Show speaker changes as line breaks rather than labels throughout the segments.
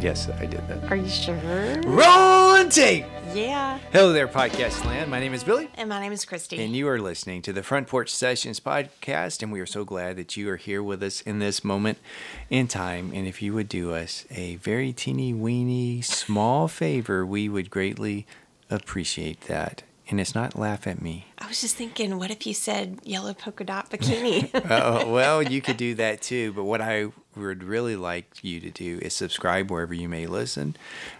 Yes, I did that.
Are you sure?
Roll and tape.
Yeah.
Hello there, podcast land. My name is Billy.
And my name is Christy.
And you are listening to the Front Porch Sessions podcast, and we are so glad that you are here with us in this moment in time. And if you would do us a very teeny weeny small favor, we would greatly appreciate that. And it's not laugh at me.
I was just thinking, what if you said yellow polka dot bikini?
Oh, well, you could do that too. But what I would really like you to do is subscribe wherever you may listen,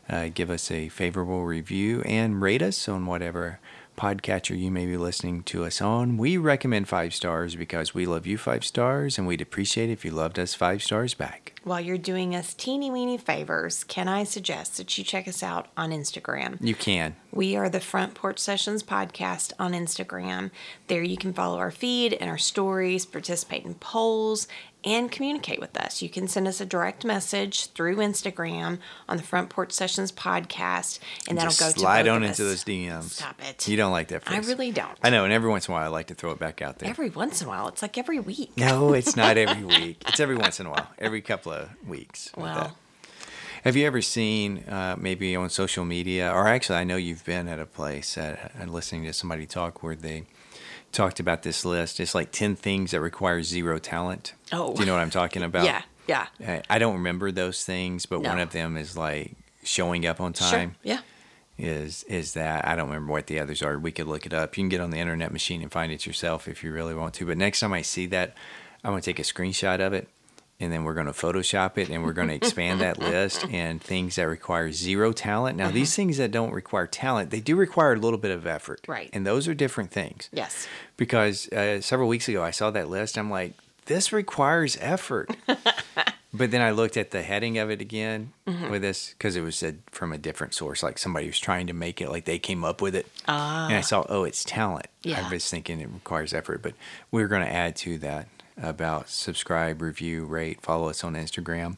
uh, give us a favorable review, and rate us on whatever podcatcher you may be listening to us on. We recommend five stars because we love you five stars, and we'd appreciate it if you loved us five stars back.
While you're doing us teeny weeny favors, can I suggest that you check us out on Instagram?
You can.
We are the Front Porch Sessions podcast on Instagram. There you can follow our feed and our stories, participate in polls, and communicate with us. You can send us a direct message through Instagram on the Front Porch Sessions podcast, and that'll
Just
go to
slide
both
on
of
into those
us.
DMs.
Stop it.
You don't like that
I
phrase.
really don't.
I know, and every once in a while I like to throw it back out there.
Every once in a while, it's like every week.
No, it's not every week. It's every once in a while, every couple of weeks. with
Well.
that. have you ever seen uh, maybe on social media, or actually, I know you've been at a place at, and listening to somebody talk where they talked about this list. It's like 10 things that require zero talent.
Oh.
Do you know what I'm talking about?
Yeah, yeah.
I- I don't remember those things, but
No.
one of them is like showing up on
Sure.
time
Yeah.
is is that I don't remember what the others are. We could look it up. You can get on the internet machine and find it yourself if you really want to. But next time I see that, I'm going to take a screenshot of it and then we're going to photoshop it and we're going to expand that list and things that require zero talent. Now, these things that don't require talent, they do require a little bit of effort.
Right.
And those are different things
Yes.
because uh, several weeks ago I saw that list. I'm like, this requires effort. but then I looked at the heading of it again
Mm-hmm.
with this because it was said from a different source, like somebody was trying to make it, like they came up with it. and I saw, oh, it's talent.
Ah. Yeah.
I was thinking it requires effort, but we are going to add to that about subscribe, review, rate, follow us on Instagram.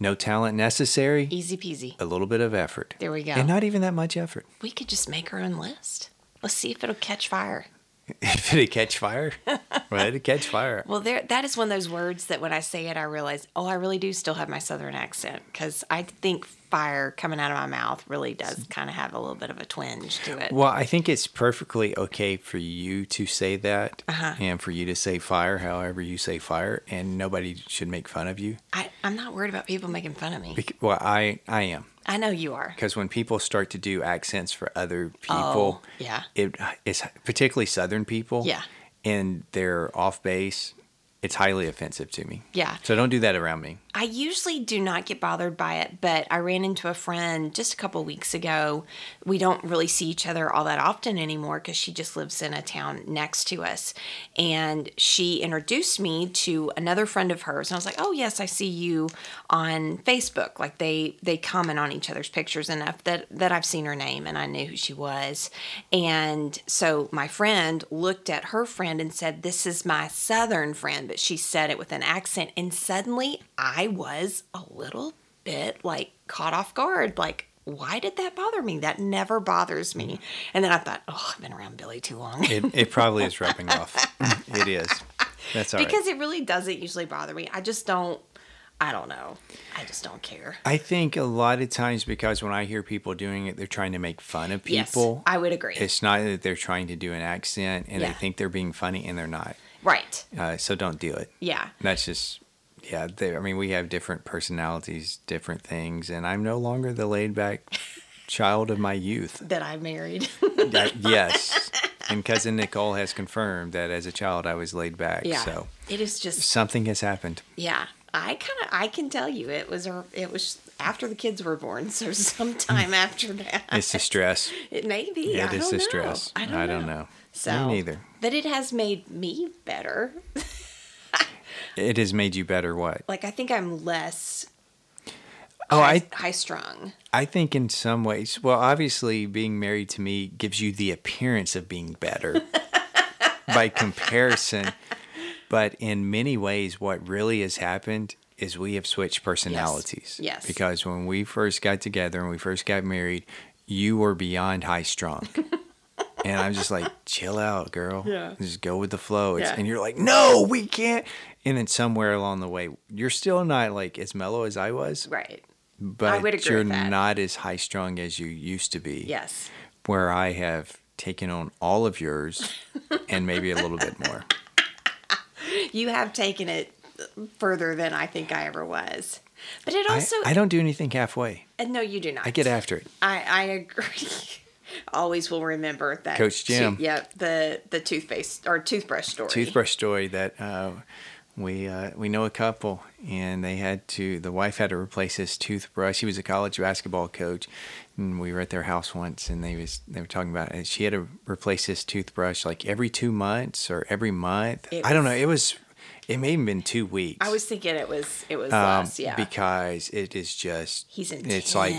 No talent necessary.
Easy peasy.
A little bit of effort.
There we go.
And not even that much effort.
We could just make our own list. Let's see if it'll catch fire.
if it'd catch fire, well, it'd catch fire.
Well, there that is one of those words that when I say it, I realize, oh, I really do still have my southern accent because I think fire coming out of my mouth really does kind of have a little bit of a twinge to it.
Well, I think it's perfectly okay for you to say that
Uh-huh.
and for you to say fire however you say fire, and nobody should make fun of you.
I, I'm not worried about people making fun of me.
Bec- Well, I, I am.
I know you are.
Because when people start to do accents for other people,
Oh, yeah.
it, it's particularly Southern people,
Yeah.
and they're off base, it's highly offensive to me.
Yeah.
So don't do that around me.
I usually do not get bothered by it, but I ran into a friend just a couple weeks ago. We don't really see each other all that often anymore because she just lives in a town next to us. And she introduced me to another friend of hers. And I was like, oh, yes, I see you on Facebook. Like they, they comment on each other's pictures enough that, that I've seen her name and I knew who she was. And so my friend looked at her friend and said, this is my Southern friend, but she said it with an accent. And suddenly I was a little bit like caught off guard. Like, why did that bother me? That never bothers me. And then I thought, oh, I've been around Billy too long.
It, it probably is rubbing off. It is. That's all right.
because it really doesn't usually bother me. I just don't, I don't know. I just don't care.
I think a lot of times because when I hear people doing it, they're trying to make fun of
Yes,
people.
I would agree.
It's not that they're trying to do an accent and
Yeah.
they think they're being funny and they're not.
Right.
Uh, so don't do it.
Yeah.
That's just, yeah. They, I mean, we have different personalities, different things, and I'm no longer the laid back child of my youth.
That I married.
Uh, yes. And cousin Nicole has confirmed that as a child I was laid back.
yeah.
So
It is just
something has happened.
Yeah, I kind of I can tell you it was a- it was after the kids were born, so sometime after that,
It's the stress.
it may be.
Yeah,
I
it is
don't
the
know.
stress.
I don't,
I
know.
don't know.
So
Me neither.
But it has made me better.
It has made you better. What?
Like I think I'm less
Oh, I
high strung.
I think in some ways, well, obviously, being married to me gives you the appearance of being better by comparison. But in many ways, what really has happened is we have switched personalities.
Yes.
Because when we first got together and we first got married, you were beyond high strung. and I'm just like, chill out, girl.
Yeah.
Just go with the flow. It's,
Yeah.
And you're like, no, we can't. And then somewhere along the way, you're still not like as mellow as I was
Right.
but
would agree
you're
with that.
not as high strung as you used to be.
Yes.
Where I have taken on all of yours and maybe a little bit more.
You have taken it further than I think I ever was. But it
I,
also,
I don't do anything halfway.
and no, you do not.
I get after it.
I, I agree. Always will remember that.
Coach Jim.
Tooth, yep. The, the toothpaste or toothbrush story.
Toothbrush story that uh, we uh, we know a couple and they had to the wife had to replace his toothbrush. He was a college basketball coach and we were at their house once and they was they were talking about it. She had to replace his toothbrush like every two months or every month.
It
I don't know.
was-
It was it may have been two weeks.
I was thinking it was, it was
um,
less. Yeah.
because it is just
He's intense.
it's like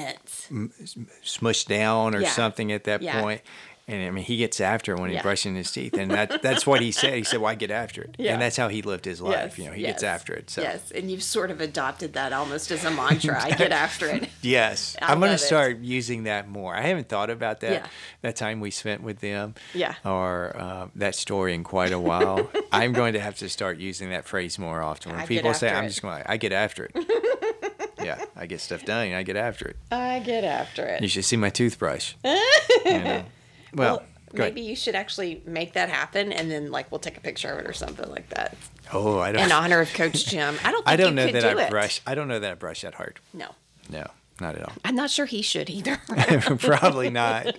smushed down or
Yeah.
something at that
Yeah.
point. And I mean, he gets after it when he's
Yeah.
brushing his teeth, and that, that's what he said. He said, "Why get after it?"
Yeah.
And that's how he lived his life.
Yes,
you know, he
yes,
gets after it. So
Yes, and you've sort of adopted that almost as a mantra. I get after it.
yes,
I
I'm going to
love it.
start using that more. I haven't thought about that
Yeah.
that time we spent with them,
Yeah.
or uh, that story in quite a while. I'm going to have to start using that phrase more often. When
I get
people say,
after
"I'm
it.
just going," I get after it. yeah, I get stuff done. and I get after it.
I get after
You
it.
should see my toothbrush. You know. Well, go ahead.
Maybe you should actually make that happen, and then like we'll take a picture of it or something like that
Oh, I don't.
in honor of Coach Jim. I don't. Think
I don't
you
know
could
that
do
I
it.
brush. I don't know that I brush that hard.
No,
No, not at all.
I'm not sure he should either.
probably not.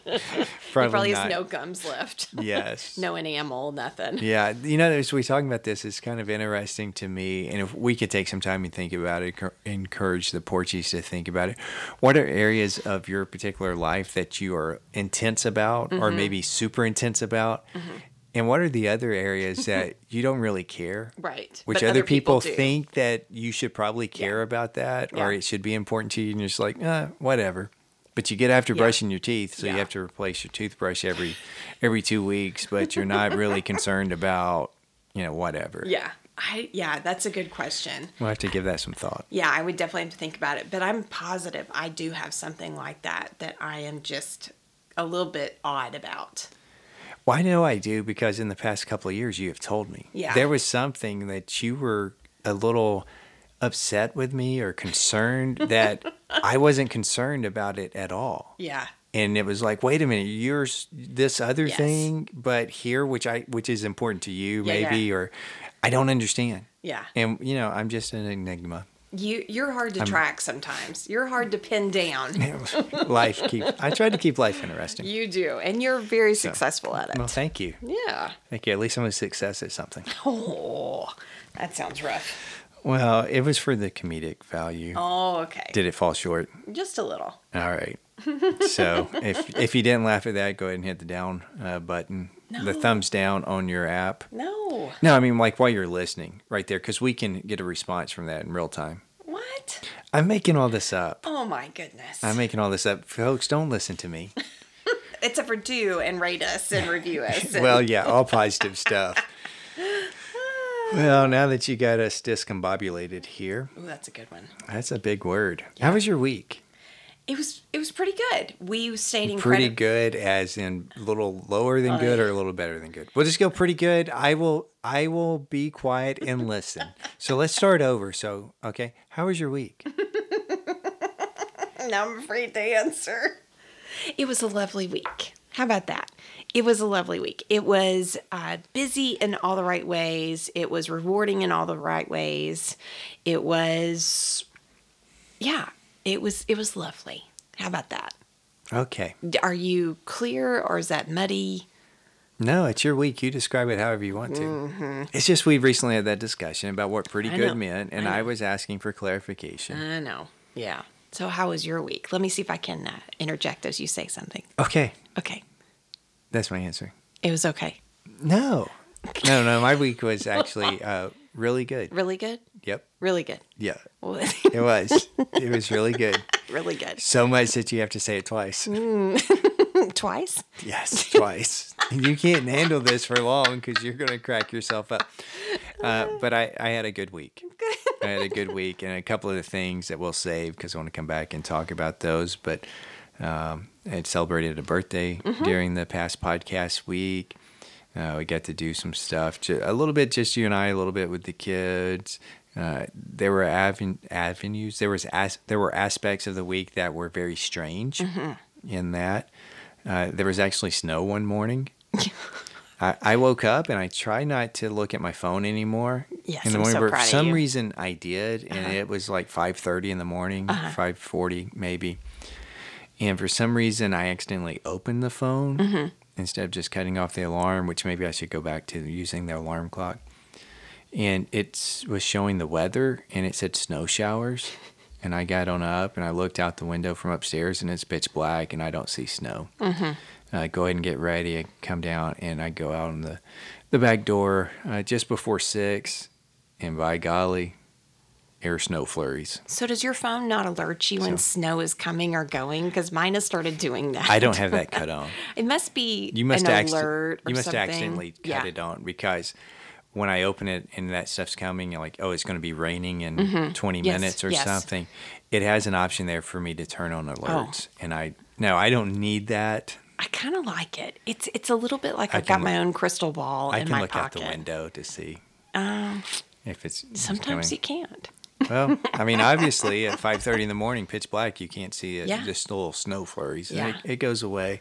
Probably,
Probably
not.
has no gums left.
Yes.
no enamel, nothing.
Yeah, you know, as we talking about this, it's kind of interesting to me. And if we could take some time and think about it, encou- encourage the Portuguese to think about it. What are areas of your particular life that you are intense about, or
Mm-hmm.
maybe super intense about? And what are the other areas that you don't really care?
Right.
Which
But
other,
other people
people,
do.
think that you should probably care about that, or
Yeah.
it should be important to you, and you're just like, eh, whatever. But you get after brushing your teeth, so you
Yeah.
have to replace your toothbrush every every two weeks, but you're not really concerned about, you know, whatever.
Yeah. I yeah, that's a good question.
We'll have to give that some thought.
Yeah, I would definitely have to think about it, but I'm positive I do have something like that that I am just a little bit odd about.
Well, I know I do because in the past couple of years you have told me.
Yeah.
There was something that you were a little upset with me or concerned that I wasn't concerned about it at all.
Yeah.
and it was like wait a minute you're s- this other
Yes.
thing but here which i which is important to you
Yeah,
maybe
yeah.
or i don't understand
Yeah.
and you know i'm just an enigma
You you're hard to track sometimes. You're hard to pin down.
life keep i tried to keep life interesting
You do, and you're very successful at it.
well thank you
yeah.
thank you at least i'm a success at something
Oh, that sounds rough.
well it was for the comedic value
Oh, okay.
did it fall short
Just a little.
all right so if if you didn't laugh at that go ahead and hit the down uh, button the
No.
thumbs down on your app
No.
No, I mean like while you're listening, right there, because we can get a response from that in real time.
What?
I'm making all this up.
Oh my goodness.
I'm making all this up, folks. Don't listen to me.
Except for do and rate us and review us. and-
Well, yeah, all positive stuff. Well, now that you got us discombobulated here,
Ah. Ooh, that's a good one.
that's a big word. How was your week?
It was it was pretty good. We stayed in
Pretty good, as in little lower than good or a little better than good. We'll just go pretty good. I will. I will be quiet and listen. So let's start over. So, okay, how was your week?
Now I'm afraid to answer. It was a lovely week. How about that? It was a lovely week. It was uh, busy in all the right ways. It was rewarding in all the right ways. It was, yeah, it was it was lovely. How about that?
Okay.
D- Are you clear or is that muddy?
No, it's your week. You describe it however you want to. It's just we recently had that discussion about what pretty
Mm-hmm. I
good
know. Uh.
meant, and I, was asking for clarification.
I know. Yeah. So how was your week? Let me see if I can uh, interject as you say something.
Okay,
Okay.
that's my answer.
It was okay.
No, no, no. My week was actually uh, really good.
Really good.
Yep.
Really good.
Yeah,
Well,
it was. it was really good.
really good.
So much that you have to say it twice.
Twice.
Yes, twice. you can't handle this for long because you're going to crack yourself up. Uh, but I, I had a good week. I had a good week, and a couple of the things that we'll save because I want to come back and talk about those. But um, I celebrated a birthday during the past podcast week. Uh, we got to do some stuff, ju- a little bit just you and I, a little bit with the kids. Uh, there were aven- avenues. There was as- there were aspects of the week that were very strange. In that, uh, there was actually snow one morning. I, I woke up and I try not to look at my phone anymore.
Yes,
in the
I'm
morning,
so
but
proud
for
of
some
you. Uh-huh.
reason I did, and it was like five thirty in the morning, five forty maybe. And for some reason, I accidentally opened the phone
Mm-hmm.
instead of just cutting off the alarm, which maybe I should go back to using the alarm clock. And it was showing the weather and it said snow showers. And I got on up and I looked out the window from upstairs and it's pitch black and I don't see snow. I go ahead and get ready. I come down and I go out on the, the back door uh, just before six. And by golly, air snow flurries.
So does your phone not alert you when snow is coming or going? Because mine has started doing that.
I don't have that cut on.
It must be
you must
an
acci-
alert or
you must
something.
accidentally cut
yeah.
it on because when I open it and that stuff's coming, you're like, oh, it's going to be raining in 20
Mm-hmm. Yes,
minutes or
yes.
something. It has an option there for me to turn on alerts,
Oh.
and I no, I don't need that.
I kind of like it. It's it's a little bit like
I
I've got
can
my own crystal ball
I
in
can
my
look out
pocket. Um,
the window to see if it's it's
Sometimes you
coming.
can't.
well, I mean, obviously, at 5:30 in the morning, pitch black, you can't see it.
Yeah.
Just little snow flurries. and
Yeah.
It, it goes away.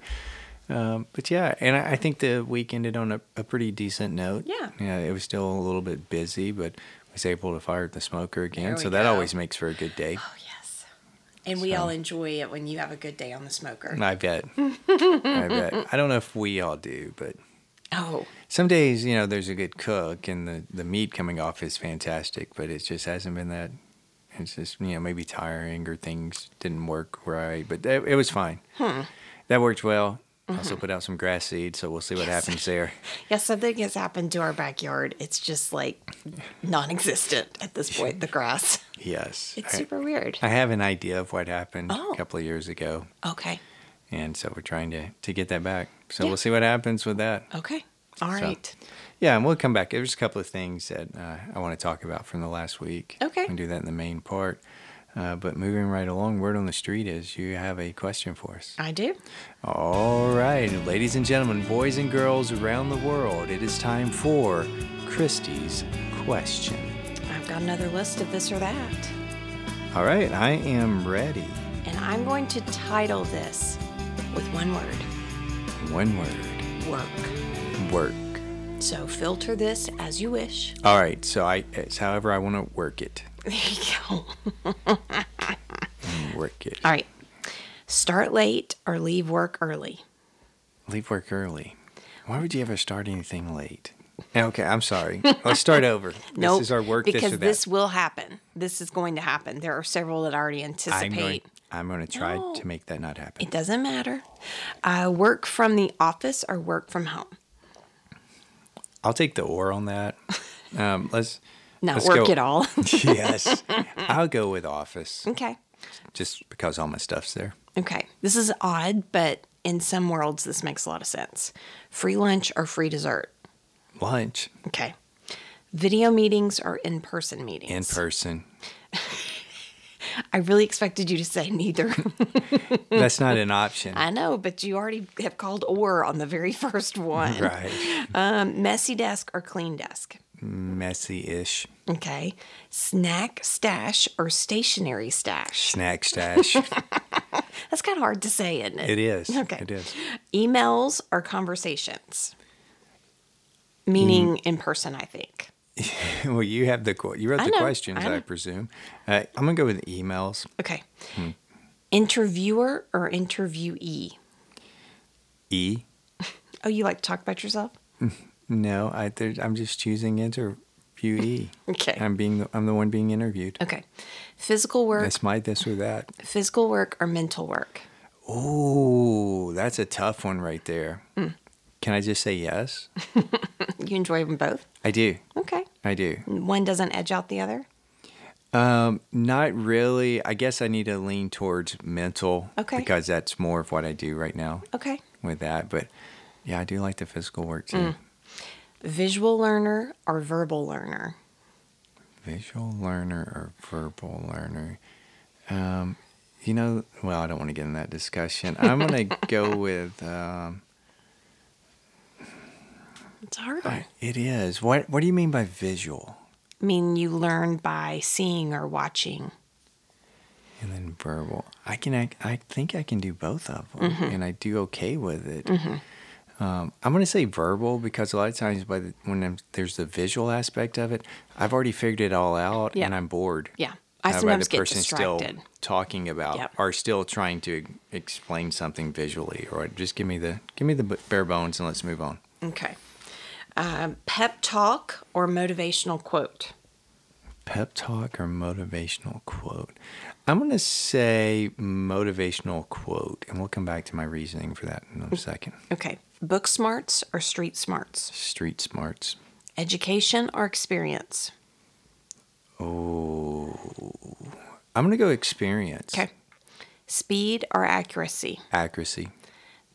Um, but yeah, and I, I think the week ended on a, a pretty decent note.
Yeah.
Yeah, it was still a little bit busy, but was able to fire up the smoker
There
again.
we
So that
go.
always makes for a good day.
Oh yes, and we all enjoy it when you have a good day on the smoker.
I bet. I bet. I don't know if we all do, but
Oh,
some days, you know, there's a good cook and the, the meat coming off is fantastic, but it just hasn't been that. It's just, you know, maybe tiring or things didn't work right, but that, it was fine.
Hmm.
That worked well.
Mm-hmm.
Also put out some grass seed, so we'll see what happens there.
yeah, something has happened to our backyard. It's just like non-existent at this point. The grass.
Yes.
It's
I-
super weird.
I have an idea of what happened
Oh.
a couple of years ago,
Okay.
and so we're trying to, to get that back. So
Yeah.
we'll see what happens with that.
Okay. All
So-
right.
Yeah, and we'll come back. There's a couple of things that uh, I want to talk about from the last week.
Okay.
We can do that in the main part. Uh, but moving right along, word on the street is you have a question for us.
I do.
All right, ladies and gentlemen, boys and girls around the world, it is time for Christie's question.
I've got another list of this or that.
All right, I am ready.
And I'm going to title this with one word
One word
work.
work.
So filter this as you wish.
All right, so I it's however I want to work it.
There you go.
Work it.
All right. Start late or leave work early.
Leave work early. Why would you ever start anything late? Okay, I'm sorry. Let's start over.
No,
this is our work.
because
this or that.
will happen. This is going to happen. There are several that I already anticipate.
I'm going. I'm going to try
No.
to make that not happen.
It doesn't matter. Uh, work from the office or work from home.
I'll take the or on that. Um, let's.
Not
let's
work
go-
at all.
yes, I'll go with office
okay.
just because all my stuff's there.
Okay. This is odd, but in some worlds, this makes a lot of sense. Free lunch or free dessert.
Lunch
Okay. Video meetings or in person
in
meetings?
person.
I really expected you to say neither.
That's not an option,
I know, but you already have called or on the very first one.
right?
Um, messy desk or clean desk?
Messy-ish
Okay. Snack stash or stationary stash?
snack stash.
That's kind of hard to say, isn't it?
it is.
Okay.
It is.
Emails or conversations? Meaning in person, I think.
Well, you have the que- you wrote
I
the
know,
questions,
I know.
I, presume. Uh, I'm gonna go with emails.
Okay.
Hmm.
Interviewer or interviewee?
E.
Oh, you like to talk about yourself?
No, I, there, I'm just choosing interviewee.
Okay.
I'm being the, I'm the one being interviewed.
Okay. Physical work,
That's my this or that.
physical work or mental work?
Oh, that's a tough one right there.
Hmm.
Can I just say yes?
You enjoy them both?
I do.
Okay.
I do. Um,
One doesn't edge out the other?
Not really. I guess I need to lean towards mental
Okay.
because that's more of what I do right now
Okay.
with that. But yeah, I do like the physical work too.
Hmm. Visual learner or verbal learner?
Visual learner or verbal learner? Um, you know, well, I don't want to get in that discussion. I'm going to go with um,
It's a hard one.
it is. What What do you mean by visual?
mean you learn by seeing or watching?
and then verbal. I can act, I think I can do both of them, and I do okay with it. Um, I'm going to say verbal because a lot of times by the, when I'm, there's the visual aspect of it, I've already figured it all out,
Yeah.
and I'm bored.
Yeah. I
Uh, by
sometimes
the
get
person
distracted.
still talking about
Yep.
or still trying to explain something visually, or just give me the give me the b- bare bones and let's move on.
Okay. Um, pep talk or motivational quote?
Pep talk or motivational quote? I'm going to say motivational quote, and we'll come back to my reasoning for that
Mm.
in a second.
Okay. Book smarts or street smarts?
Street smarts.
Education or experience?
Oh, I'm gonna go experience.
Okay. Speed or accuracy?
Accuracy.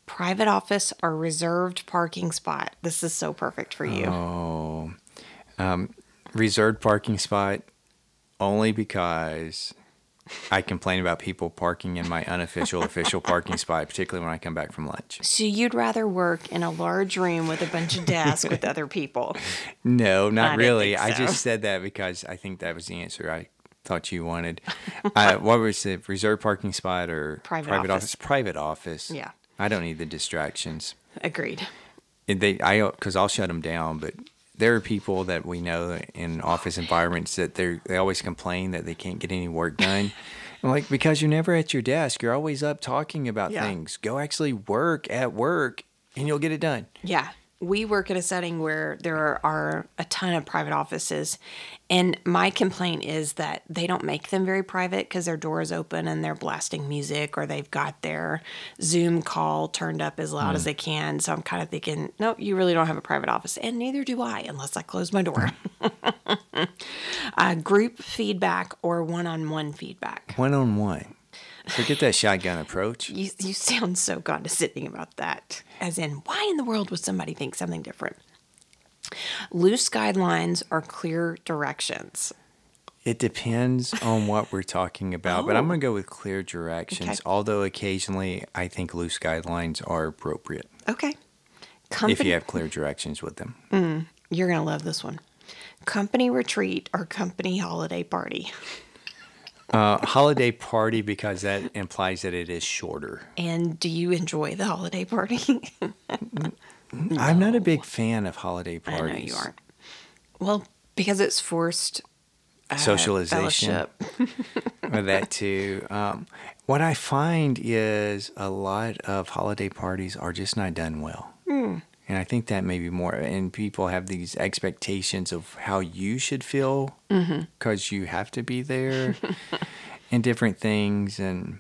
Private office or reserved parking spot? This is so perfect for you.
Oh, um, reserved parking spot only because I complain about people parking in my unofficial official parking spot, particularly when I come back from lunch.
So you'd rather work in a large room with a bunch of desks with other people?
No,
I
not
didn't
really.
think
I
so.
just said that because I think that was the answer I thought you wanted. uh, what was it? Reserved parking spot or
Private office.
office? Private office.
Yeah.
I don't need the distractions.
Agreed.
And they I because I'll shut them down, but there are people that we know in office environments that they they always complain that they can't get any work done. I'm like because you're never at your desk, you're always up talking about
Yeah.
things. Go actually work at work, and you'll get it done.
Yeah. We work at a setting where there are a ton of private offices. And my complaint is that they don't make them very private because their door is open and they're blasting music or they've got their Zoom call turned up as loud as they can. So I'm kind of thinking, nope, you really don't have a private office. And neither do I unless I close my door. uh, group feedback or one on one feedback.
One on one. Forget that shotgun approach.
You, you sound so condescending about that. As in, why in the world would somebody think something different? Loose guidelines or clear directions.
It depends on what we're talking about, but I'm going to go with clear directions,
Okay.
although occasionally I think loose guidelines are appropriate
Okay.
if
Company,
you have clear directions with them.
you're going to love this one. Company retreat or company holiday party.
A holiday party because that implies that it is shorter.
And do you enjoy the holiday party?
I'm not a big fan of holiday
I
parties.
know you aren't. Well, because it's forced uh,
Socialization.
fellowship.
Or that too. Um, what I find is a lot of holiday parties are just not done well. And I think that may be more, and people have these expectations of how you should feel because you have to be there and different things. And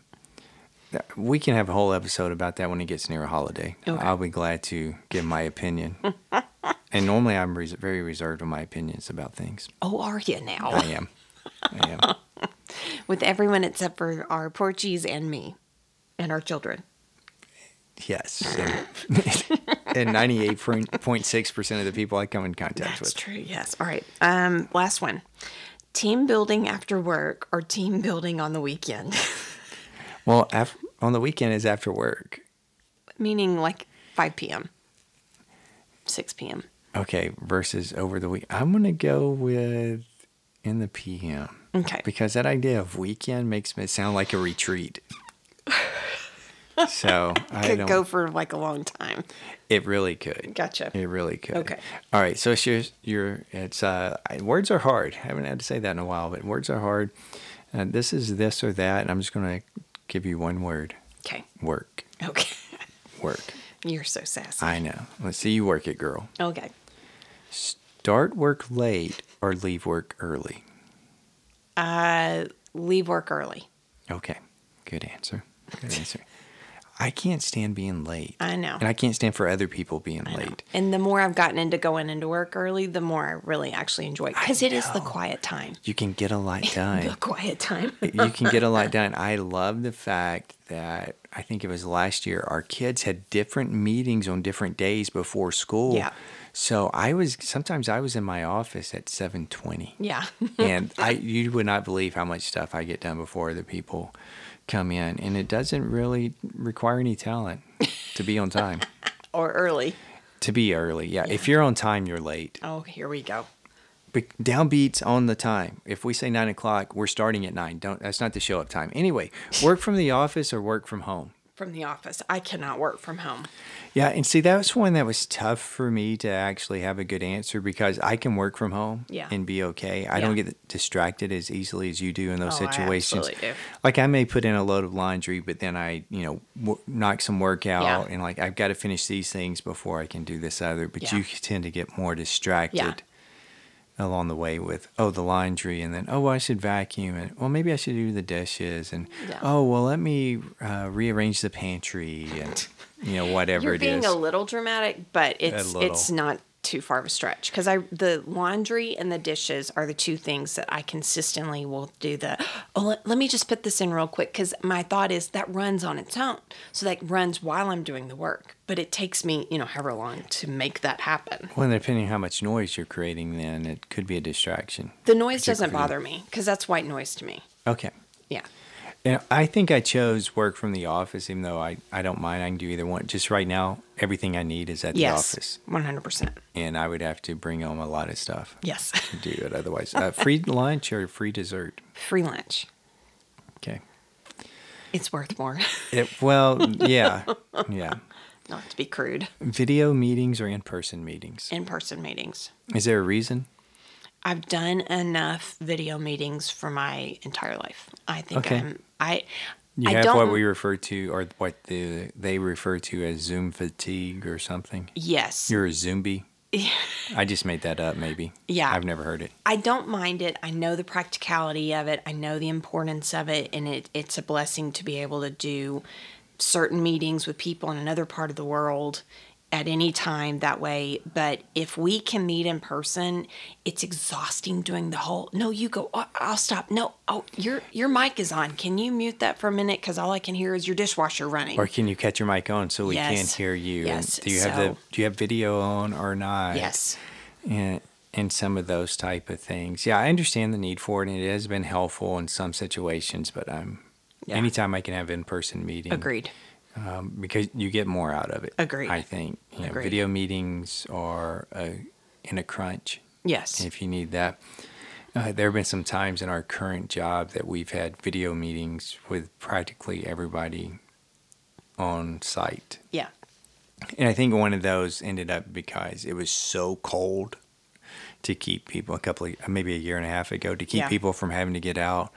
th- we can have a whole episode about that when it gets near a holiday.
Okay.
I'll be glad to give my opinion. and normally I'm res- very reserved on my opinions about things.
Oh, are you now?
I am. I am.
With everyone except for our Porchies and me and our children.
Yes. and 98.6% of the people I come in contact
That's
with.
true. Yes. All right. Um, last one. Team building after work or team building on the weekend?
Well, af- on the weekend is after work.
Meaning like 5 p.m., 6 p.m.
Okay, versus over the week. I'm going to go with in the PM
Okay.
because that idea of weekend makes me sound like a retreat. so I
Could
don't.
go for like a long time.
It really could.
Gotcha.
It really could.
Okay.
All right. So it's your, your it's uh I- words are hard. I haven't had to say that in a while, but words are hard. Uh, this is this or that, and I'm just gonna give you one word:
Okay.
work,
Okay.
work.
You're so sassy.
I know. Let's see you work it, girl.
Okay.
Start work late or leave work early.
Uh, leave work early.
Okay. Good answer. Good answer. I can't stand being late,
I know.
and I can't stand for other people being late.
And the more I've gotten into going into work early, the more I really actually enjoy it because it is the quiet time.
You can get a lot done.
The quiet time.
you can get a lot done. I love the fact that I think it was last year our kids had different meetings on different days before school.
Yeah.
So I was sometimes I was in my office at 7:20.
yeah.
and I you would not believe how much stuff I get done before the people come in and it doesn't really require any talent to be on time.
or early.
to be early. Yeah. If you're on time, you're late.
Oh, here we go.
be- downbeats on the time. If we say nine o'clock, we're starting at nine. Don't that's not the show up time. Anyway, work from the office or work from home.
from the office. I cannot work from home.
Yeah, and see that was one that was tough for me to actually have a good answer because I can work from home
Yeah.
and be okay. I
Yeah.
don't get distracted as easily as you do in those
Oh, I
situations.
absolutely do.
Like I may put in a load of laundry, but then I, you know, w- knock some work out
Yeah.
and like I've got to finish these things before I can do this other. But
Yeah.
you tend to get more distracted. Along the way, with oh the laundry, and then oh well, I should vacuum, and well maybe I should do the dishes, and
Yeah.
oh well let me uh, rearrange the pantry, and you know whatever
You're
it
being
is.
a little dramatic, but it's
little.
it's not too far of a stretch because I the laundry and the dishes are the two things that I consistently will do. The oh, let, let me just put this in real quick because my thought is that runs on its own, so that runs while I'm doing the work, but it takes me you know however long to make that happen.
Well, and depending on how much noise you're creating, then it could be a distraction.
The noise doesn't bother me because that's white noise to me.
Okay.
Yeah,
And I think I chose work from the office, even though I, I don't mind. I can do either one. Just right now, everything I need is at the
yes,
office.
one hundred percent.
And I would have to bring home a lot of stuff
Yes,
to do it otherwise. Uh, free lunch or free dessert?
free lunch.
Okay.
It's worth more.
It, well, yeah. Yeah.
Not to be crude.
Video meetings or in person meetings?
In person meetings.
Is there a reason?
I've done enough video meetings for my entire life. I think
Okay.
I'm I
You
I
have
don't
what we refer to, or what the, they refer to as Zoom fatigue or something?
Yes.
You're a zombie. I just made that up, maybe.
Yeah.
I've never heard it.
I don't mind it. I know the practicality of it. I know the importance of it and it, it's a blessing to be able to do certain meetings with people in another part of the world at any time that way but if we can meet in person it's exhausting doing the whole no you go "Oh, i'll stop no oh your your mic is on can you mute that for a minute because all i can hear is your dishwasher running
Or can you catch your mic on so we can't
Yes.
hear you? And
Yes,
Do you have the
so-
Do you have video on or not?
yes
And, and some of those type of things. Yeah, I understand the need for it, and it has been helpful in some situations. But I'm
Yeah.
anytime I can have in person meeting,
Agreed.
because you get more out of it.
Agreed.
I think you know,
Agreed.
video meetings are uh in a crunch.
Yes.
if you need that. Uh, there have been some times in our current job that we've had video meetings with practically everybody on site.
yeah.
And I think one of those ended up because it was so cold to keep people a couple of maybe a year and a half ago to keep
Yeah.
people from having to get out.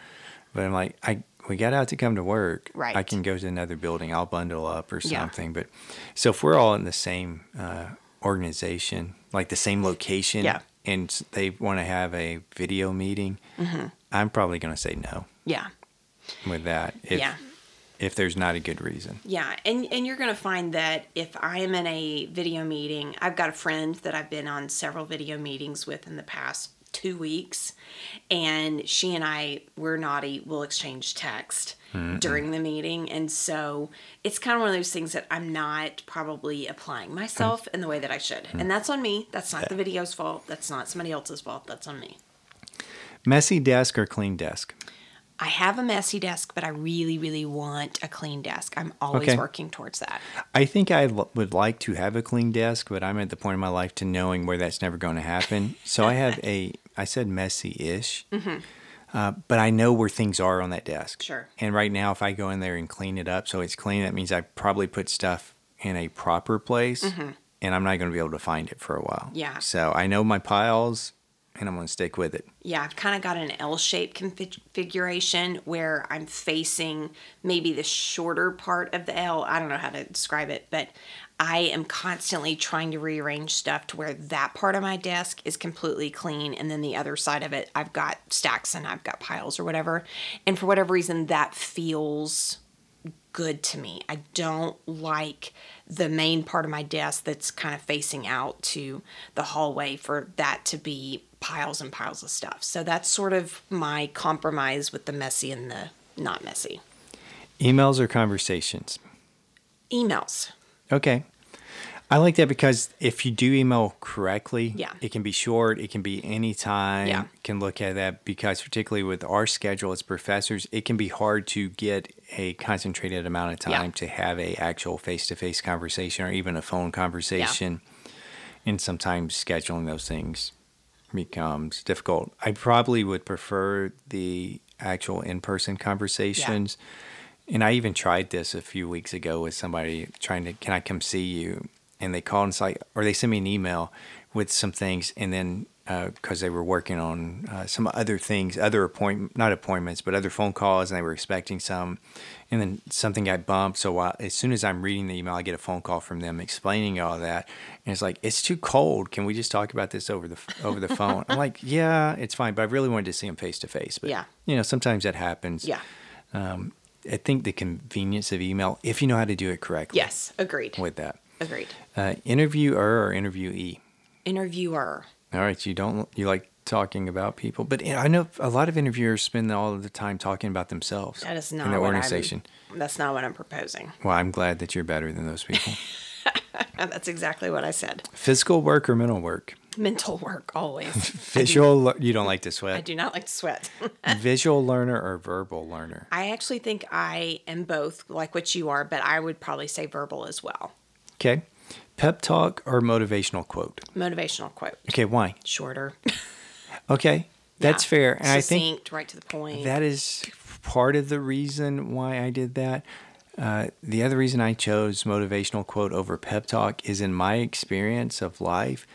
But I'm like, I we got out to come to work.
Right.
I can go to another building. I'll bundle up or
Yeah.
something. But so if we're all in the same uh, organization, like the same location,
Yeah.
and s- they want to have a video meeting,
Mm-hmm.
I'm probably going to say no
Yeah.
with that. If,
Yeah.
If there's not a good reason.
Yeah. And and you're going to find that if I am in a video meeting, I've got a friend that I've been on several video meetings with in the past 2 weeks and she and I we're naughty, we'll exchange text during the meeting and so it's kind of one of those things that I'm not probably applying myself in the way that I should. And that's on me. That's not the video's fault. That's not somebody else's fault. That's on me.
Messy desk or clean desk?
I have a messy desk, but I really, really want a clean desk. I'm always
Okay.
working towards that.
I think I l- would like to have a clean desk, but I'm at the point in my life to knowing where that's never going to happen. So I have a, I said messy ish, uh, but I know where things are on that desk.
Mm-hmm. Sure.
And right now, if I go in there and clean it up so it's clean, that means I probably put stuff in a proper place and I'm not going to be able to find it for a while.
Mm-hmm. Yeah.
So I know my piles and I'm going to stick with it.
Yeah, I've kind of got an L shaped configuration where I'm facing maybe the shorter part of the L. I don't know how to describe it, but I am constantly trying to rearrange stuff to where that part of my desk is completely clean. And then the other side of it, I've got stacks and I've got piles or whatever. And for whatever reason, that feels good to me. I don't like the main part of my desk that's kind of facing out to the hallway for that to be piles and piles of stuff. So that's sort of my compromise with the messy and the not messy.
Emails or conversations?
Emails.
Okay. I like that because if you do email correctly,
Yeah.
it can be short, it can be anytime.
Yeah.
Can look at that because particularly with our schedule as professors, it can be hard to get a concentrated amount of
Yeah.
time to have a actual face-to-face conversation or even a phone conversation. And sometimes scheduling those things becomes difficult. I probably would prefer the actual in person conversations. And I even tried this a few weeks ago with somebody trying to, can I come see you? And they called and it's like, or they sent me an email with some things. And then, because they were working on uh, some other things, other appointment, not appointments, but other phone calls, and they were expecting some. And then something got bumped. So while, as soon as I'm reading the email, I get a phone call from them explaining all that. And it's like, it's too cold. Can we just talk about this over the f- over the phone? I'm like, yeah, it's fine. But I really wanted to see them face to face. But
Yeah.
you know, sometimes that happens.
Yeah.
I think the convenience of email, if you know how to do it correctly.
Yes. Agreed.
With that,
Agreed.
uh, interviewer or interviewee.
Interviewer.
All right, you don't you like talking about people, but I know a lot of interviewers spend all of the time talking about themselves.
That is
in
not
their
what
organization.
I'm, that's not what I'm proposing.
Well, I'm glad that you're better than those people.
That's exactly what I said.
Physical work or mental work?
Mental work always.
Visual. lear- you don't like to
I
sweat.
do not like to sweat.
Visual learner or verbal learner?
I actually think I am both like what you are, but I would probably say verbal as well.
Okay. Pep talk or motivational quote?
Motivational quote.
Okay, why?
Shorter.
Okay, that's
Yeah.
fair, and I think
Succinct, right to the point.
That is part of the reason why I did that. Uh, the other reason I chose motivational quote over pep talk is in my experience of life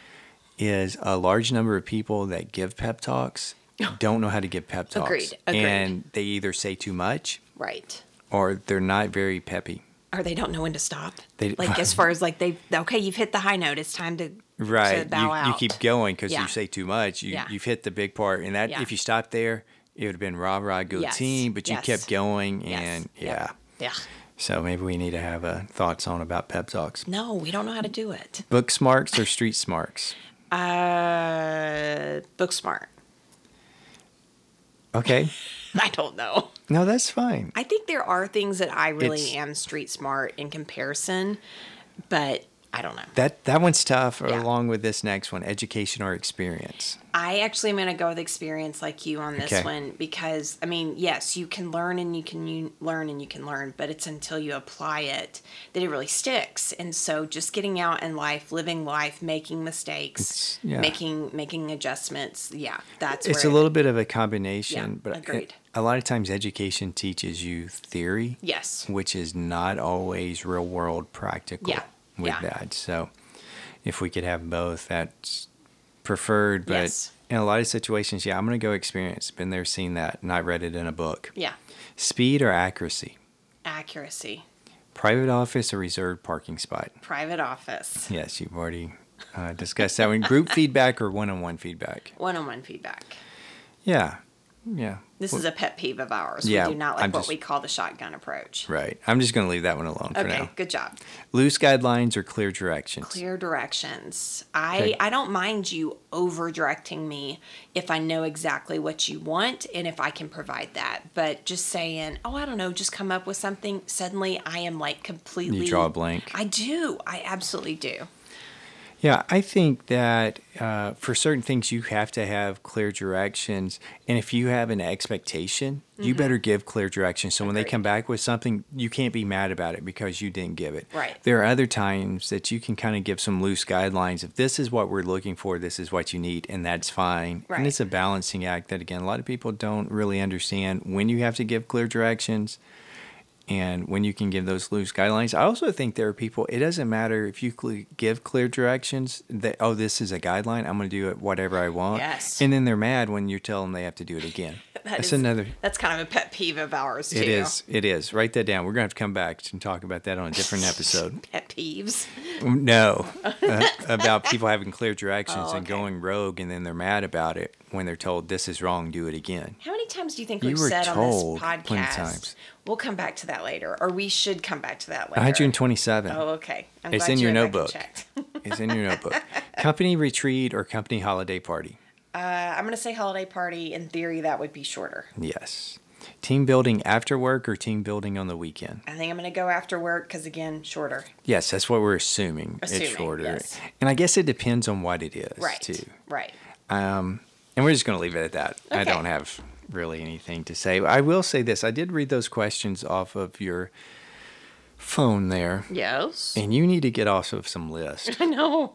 is a large number of people that give pep talks don't know how to give pep talks.
Oh. Agreed, agreed.
And they either say too much
right.
or they're not very peppy.
Or they don't know when to stop.
They-
like as far as like they okay, you've hit the high note. It's time to
Right.
To bow
you,
out.
you keep going because
Yeah.
you say too much. You,
Yeah.
You've hit the big part. And that
Yeah.
if you stopped there, it would have been rah rah good
Yes,
team, but you
yes,
kept going
Yes.
and
Yep.
yeah.
Yeah.
So maybe we need to have uh, thoughts on about pep talks.
No, we don't know how to do it.
Book smarts or street smarts?
Uh, book smart.
Okay.
I don't know.
No, that's fine.
I think there are things that I really
It's-
am street smart in comparison, but I don't know.
That that one's tough
Yeah.
along with this next one, education or experience.
I actually am going to go with experience like you on this
Okay.
one because, I mean, yes, you can learn and you can u- learn and you can learn, but it's until you apply it that it really sticks. And so just getting out in life, living life, making mistakes,
It's- yeah.
making making adjustments. Yeah, that's
It's a
where it-
little bit of a combination,
Yeah,
but
agreed.
a lot of times education teaches you theory,
Yes.
which is not always real world practical
Yeah,
with
yeah.
that. So if we could have both, that's preferred. But
Yes.
in a lot of situations, yeah, I'm gonna go experience. Been there, seen that, not read it in a book.
Yeah.
Speed or accuracy?
Accuracy.
Private office or reserved parking spot?
Private office.
Yes, you've already uh, discussed that one. Group feedback or one on one feedback?
One on one feedback.
Yeah. Yeah.
This is a pet peeve of ours.
Yeah,
we do not like
I'm
what
just-
we call the shotgun approach.
Right. I'm just going to leave that one alone for
Okay,
now.
good job.
Loose guidelines or clear directions?
Clear directions. I
Okay.
I don't mind you over directing me if I know exactly what you want and if I can provide that. But just saying, oh, I don't know, just come up with something. Suddenly, I am like completely.
draw a blank.
I do. I absolutely do.
Yeah, I think that uh, for certain things, you have to have clear directions. And if you have an expectation, you better give clear directions. So when they
Mm-hmm. Agreed.
come back with something, you can't be mad about it because you didn't give it.
Right.
There are other times that you can kind of give some loose guidelines. If this is what we're looking for, this is what you need, and that's fine.
Right.
And it's a balancing act that, again, a lot of people don't really understand when you have to give clear directions and when you can give those loose guidelines. I also think there are people, it doesn't matter if you cl- give clear directions that, oh, this is a guideline, I'm going to do it whatever I want.
Yes.
And then they're mad when you tell them they have to do it again. that's
is-
another.
That's kind of a pet peeve of ours too.
It is. It is. Write that down. We're going to have to come back and talk about that on a different episode.
Pet peeves.
No, uh, about people having clear directions
Oh,
and
okay.
going rogue, and then they're mad about it when they're told this is wrong. Do it again.
How many times do you think
You
we've
were
said
told
on this
plenty of
podcast?
times.
We'll come back to that later, or we should come back to that later.
One hundred and twenty-seven.
Oh, okay. I'm
It's
glad
in
you
your
went back
notebook.
and checked.
It's in your notebook. company retreat or company holiday party.
Uh, I'm going to say holiday party. In theory, that would be shorter.
Yes. Team building after work or team building on the weekend.
I think I'm going to go after work because, again, shorter.
Yes, that's what we're assuming. it's
Assuming,
shorter,
yes.
and I guess it depends on what it is
Right.
too.
Right.
And we're just going to leave it at that. I
Okay.
don't have really anything to say. I will say this I did read those questions off of your phone there,
Yes.
and you need to get off of some list
I know.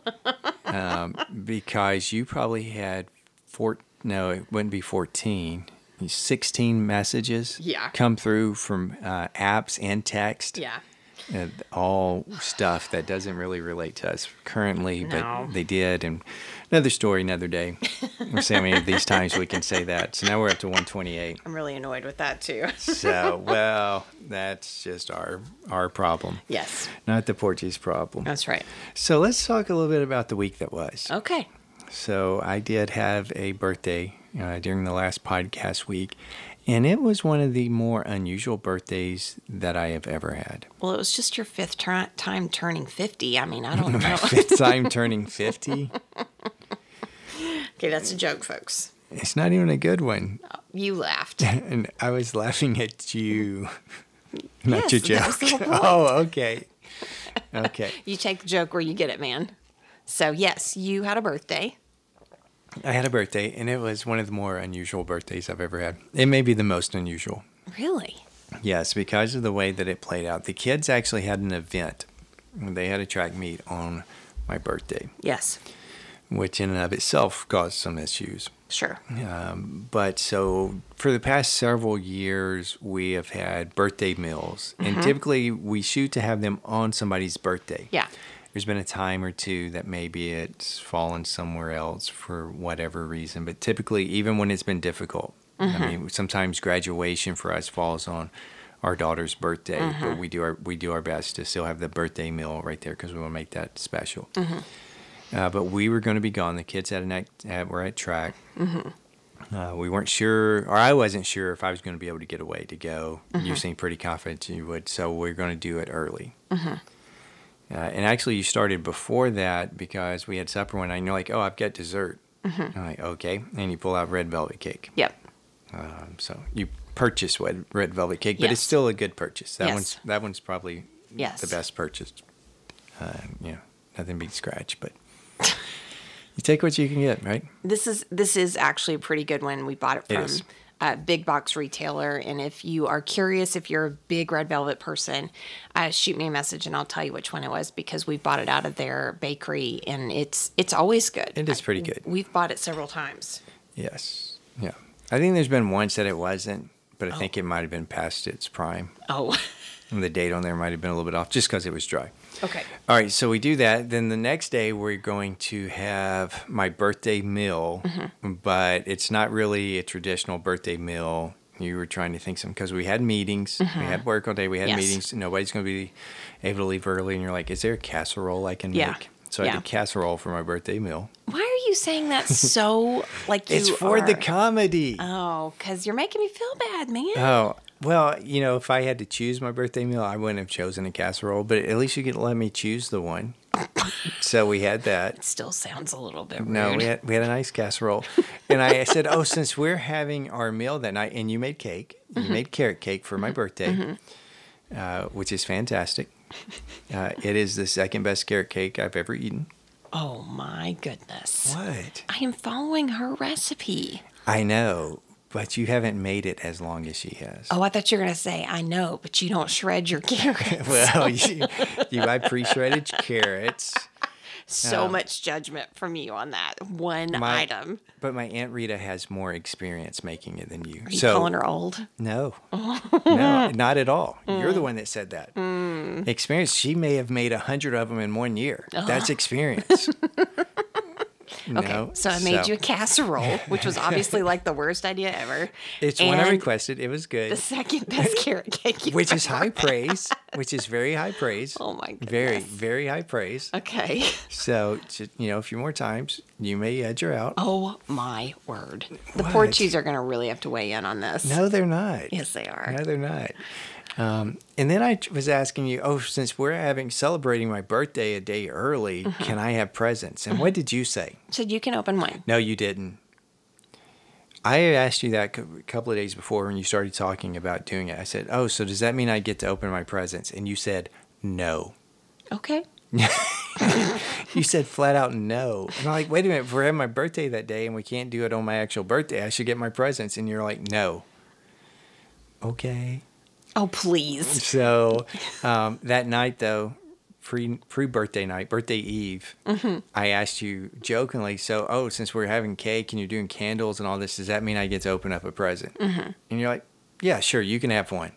because you probably had four, no, it wouldn't be 14, 16 messages
Yeah.
come through from uh, apps and text.
Yeah.
uh, all stuff that doesn't really relate to us currently,
No.
but they did. And another story, another day. We'll see how many of these times we can say that. So now we're up to 128.
I'm really annoyed with that too.
So, well, that's just our our problem,
yes.
not the Portuguese problem.
That's right.
So let's talk a little bit about the week that was.
Okay.
So I did have a birthday uh, during the last podcast week, and it was one of the more unusual birthdays that I have ever had.
Well, it was just your fifth tur time turning 50. I mean, I don't know.
Fifth time turning 50.
okay, that's a joke, folks.
It's not even a good one.
You laughed.
And I was laughing at you, not
Yes,
your
that was
joke.
the whole point.
Oh, okay. Okay.
You take the joke where you get it, man. So, yes, you had a birthday.
I had a birthday, and it was one of the more unusual birthdays I've ever had. It may be the most unusual.
Really?
Yes, because of the way that it played out. The kids actually had an event. They had a track meet on my birthday,
Yes.
which in and of itself caused some issues.
Sure.
Um, But so for the past several years, we have had birthday meals, and typically we shoot to have them on somebody's birthday.
Yeah.
There's been a time or two that maybe it's fallen somewhere else for whatever reason, but typically, even when it's been difficult, I mean, sometimes graduation for us falls on our daughter's birthday, but we do our we do our best to still have the birthday meal right there because we want to make that special. Uh, but we were going to be gone. The kids had an act, had, were at track. Uh, we weren't sure, or I wasn't sure if I was going to be able to get away to go. You seemed pretty confident you would, so we're going to do it early. Uh, and actually, you started before that because we had supper one night, and you're like, "Oh, I've got dessert."
Mm-hmm.
I'm like, "Okay," and you pull out red velvet cake.
Yep.
Um, so you purchase red, red velvet cake, but
Yes.
it's still a good purchase. That
Yes.
one's that one's probably
Yes.
the best purchase. Uh, you know, nothing beats scratch, but you take what you can get, right?
This is this is actually a pretty good one. We bought it
It
from
is.
a big box retailer, and if you are curious, if you're a big red velvet person, uh, shoot me a message and I'll tell you which one it was because we bought it out of their bakery, and it's it's always good.
It is pretty good.
We've bought it several times.
Yes. Yeah. I think there's been once that it wasn't, but I think it might have been past its prime.
Oh,
And the date on there might have been a little bit off just because it was dry.
okay.
All right, so we do that. Then the next day, we're going to have my birthday meal,
Mm-hmm.
but it's not really a traditional birthday meal. You were trying to think some because we had meetings, we had work all day, we had
Mm-hmm. Yes.
meetings. Nobody's going to be able to leave early, and you're like, "Is there a casserole I can
Yeah.
make?" So I
Yeah.
did casserole for my birthday meal.
Why are you saying that so like you
it's for the
are-
comedy.
Oh, because you're making me feel bad, man.
Oh, well, you know, if I had to choose my birthday meal, I wouldn't have chosen a casserole, but at least you could let me choose the one. so we had that.
Still sounds a little bit rude.
No, we had, we had a nice casserole. And I said, Oh, since we're having our meal that night, and you made cake, you
Mm-hmm.
made carrot cake for my birthday, uh, which is fantastic. Uh, it is the second best carrot cake I've ever eaten.
oh my goodness.
What?
I am following her recipe.
I know, but you haven't made it as long as she has.
Oh, I thought you were gonna say I know, but you don't shred your carrots.
Well, you, you buy pre shredded carrots.
so
um,
much judgment from you on that one
My-
item.
But my aunt Rita has more experience making it than you.
Are you
so
calling her old?
no, no, not at all. You're
Mm.
the one that said that. Experience. She may have made a hundred of them in one year. That's experience. no,
Okay, so I made you a casserole, which was obviously like the worst idea ever.
It's one I
and
requested. It was
The
good,
second best carrot cake. You've
which is
ever-
high praise. Which is very high praise.
Oh my goodness.
Very, very high praise.
Okay.
So, t- you know, a few more times, you may edge her out.
Oh my word. The
What?
Portuguese are gonna really have to weigh in on this.
No, they're not.
Yes, they are.
No, they're not. Um, and then I t- was asking you, oh, since we're having celebrating my birthday a day early, can I have presents? And what did you say?
So you can open one.
No, you didn't. I had asked you that a couple of days before when you started talking about doing it. I said, oh, so does that mean I get to open my presents? And you said, no.
Okay.
You said flat out no. And I'm like, wait a minute, if we're having my birthday that day and we can't do it on my actual birthday, I should get my presents. And you're like, no. Okay.
Oh please.
So um, that night, though, free free birthday night, birthday eve,
Mm-hmm.
I asked you jokingly, so oh, since we're having cake and you're doing candles and all this, does that mean I get to open up a present?
Mm-hmm.
And you're like, yeah, sure, you can have one.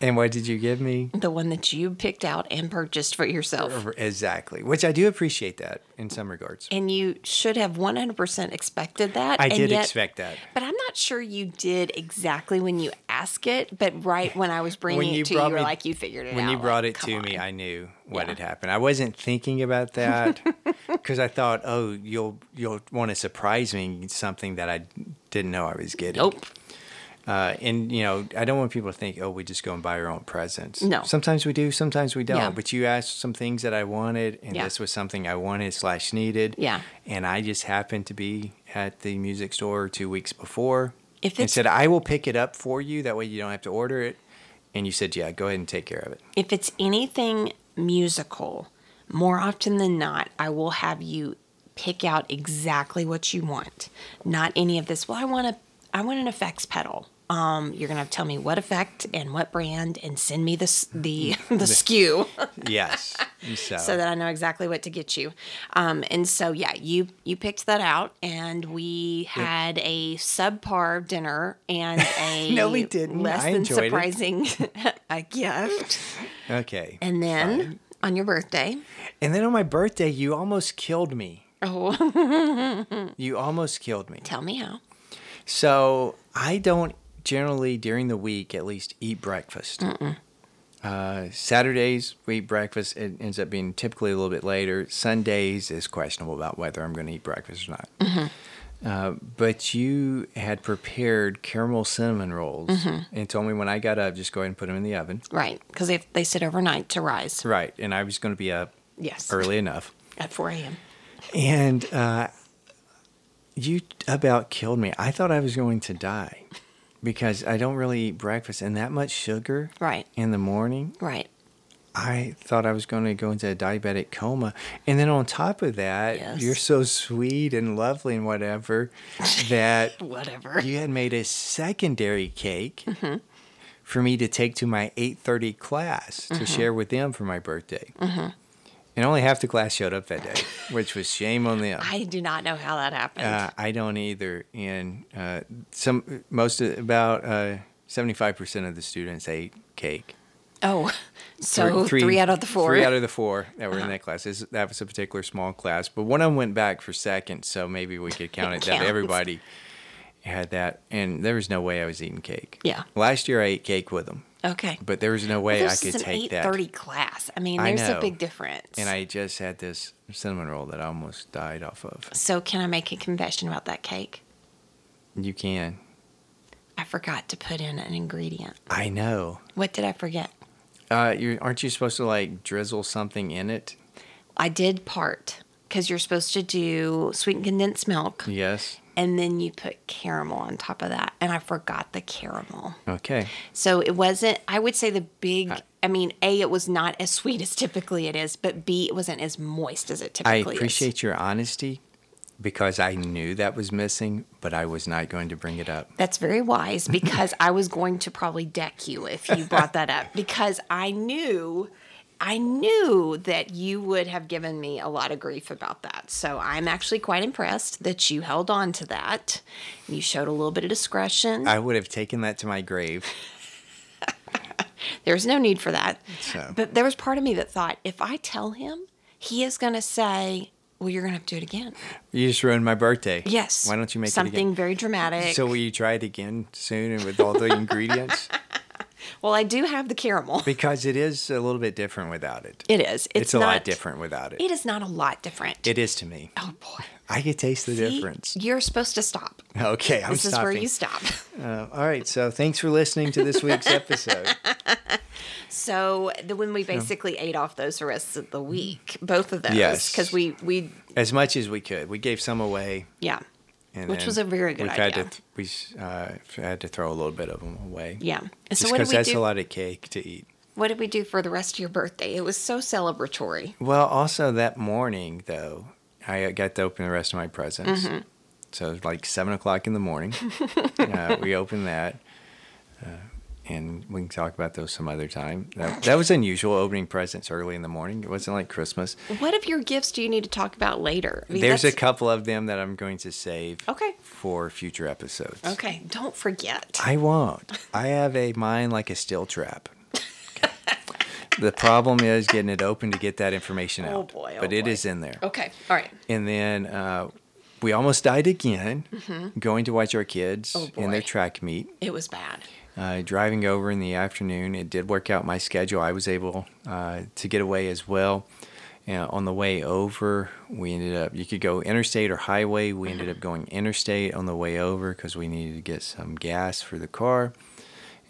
and what did you give me?
The one that you picked out and purchased for yourself.
Exactly, which I do appreciate that in some regards.
And you should have 100% expected that.
I
and
did
yet-
expect that.
But I'm not sure you did exactly when you asked it, but right when I was bringing
you
it to you,
brought
you were
me-
like, you figured it out.
when you
Like,
brought it
come
to
on.
me, I knew what
Yeah.
had happened. I wasn't thinking about that because I thought, oh, you'll you'll want to surprise me with something that I didn't know I was getting.
Nope.
Uh, and you know, I don't want people to think, oh, we just go and buy our own presents.
No.
Sometimes we do, sometimes we don't.
Yeah.
But you asked some things that I wanted, and
Yeah.
this was something I wanted slash needed.
Yeah.
And I just happened to be at the music store two weeks before.
If
and
it's-
said, I will pick it up for you. That way you don't have to order it. And you said, yeah, go ahead and take care of it.
If it's anything musical, more often than not, I will have you pick out exactly what you want. Not any of this. Well, I want a I want an effects pedal. Um, you're gonna have to tell me what effect and what brand, and send me the s- the the, SKU
Yes.
so that I know exactly what to get you. Um, and so yeah, you you picked that out, and we had a subpar dinner and a
No, we didn't.
less
I
than
enjoyed it.
surprising a gift.
Okay.
And then on your birthday,
And then on my birthday, you almost killed me.
oh,
You almost killed me.
tell me how.
So I don't generally during the week at least eat breakfast. Uh, Saturdays we eat breakfast. It ends up being typically a little bit later. Sundays is questionable about whether I'm going to eat breakfast or not.
Mm-hmm.
Uh, but you had prepared caramel cinnamon rolls
Mm-hmm.
and told me when I got up, just go ahead and put them in the oven.
Right, because they, they sit overnight to rise.
Right, and I was going to be up
Yes,
early enough.
at 4 a.m.
And uh, you about killed me. I thought I was going to die because I don't really eat breakfast and that much sugar
Right,
in the morning.
right.
I thought I was going to go into a diabetic coma. And then on top of that,
Yes.
you're so sweet and lovely and whatever that
Whatever.
you had made a secondary cake for me to take to my 8.30 class to share with them for my birthday and only half the class showed up that day which was shame on them
I do not know how that happened.
uh, I don't either. And uh, some most of, about seventy five percent of the students ate cake.
oh, so three, out of the four. Uh-huh.
Three out of the four that were in that class. This, that was a particular small class, but one of them went back for second, so maybe we could count it,
It
that
counts.
everybody had that. And there was no way I was eating cake.
Yeah.
Last year I ate cake with them,
okay.
but there was no way I
this
could
is an
take that.
8.30 class. I mean,
I
there's a
know.
big difference.
And I just had this cinnamon roll that I almost died off of.
so can I make a confession about that cake?
You can.
I forgot to put in an ingredient.
I know.
What did I forget?
Uh, you aren't you supposed to like drizzle something in it?
I did part because you're supposed to do sweetened condensed milk.
Yes.
and then you put caramel on top of that and i forgot the caramel
Okay.
so it wasn't i would say the big i mean a it was not as sweet as typically it is but b it wasn't as moist as it
I
typically is
appreciate your honesty because I knew that was missing, but I was not going to bring it up.
that's very wise because i was going to probably deck you if you brought that up because i knew i knew that you would have given me a lot of grief about that so i'm actually quite impressed that you held on to that you showed a little bit of discretion
I would have taken that to my grave.
There's no need for that.
So-
But there was part of me that thought if I tell him, he is going to say, well, you're going to have to do it again.
You just ruined my birthday.
Yes.
Why don't you make
something
it
very dramatic?
again? So will you try it again soon and with all the ingredients?
well, I do have the caramel.
Because it is a little bit different without it.
It is. It's,
It's, a lot
not-
different without it.
It is not a lot different.
It is to me.
oh boy,
I could taste the
See,
difference.
You're supposed to stop.
Okay, I'm
This is
stopping.
where you stop.
Uh, all right, so thanks for listening to this week's episode.
So the, when we basically ate off those the rest of the week, both of those,
Yes.
because we we
As much as we could, we gave some away.
yeah
and
Which
then
was a very good
we've Had to
idea.
th- we s- uh, f- had to throw a little bit of them away.
yeah. And so
Just
what did
because
we
that's
do?
a lot of cake to eat.
What did we do for the rest of your birthday? It was so celebratory.
Well, also that morning though, I uh, got to open the rest of my presents.
Mm-hmm.
So it was like seven o'clock in the morning. uh, we opened that. Uh, and we can talk about those some other time. That, that was unusual opening presents early in the morning. It wasn't like Christmas.
What of your gifts do you need to talk about later? I mean,
There's a
that's-
couple of them that I'm going to save
Okay.
for future episodes.
Okay, don't forget.
I won't. I have a mind like a steel trap. the problem is getting it open to get that information out.
Oh, boy, oh,
but it
boy.
is in there.
Okay, all right.
And then uh, we almost died again going to watch our kids
Mm-hmm. Oh,
in their
boy.
track meet.
It was bad.
Uh, driving over in the afternoon, it did work out my schedule. I was able uh, to get away as well. And on the way over, we ended up, you could go interstate or highway. We ended up going interstate on the way over because we needed to get some gas for the car.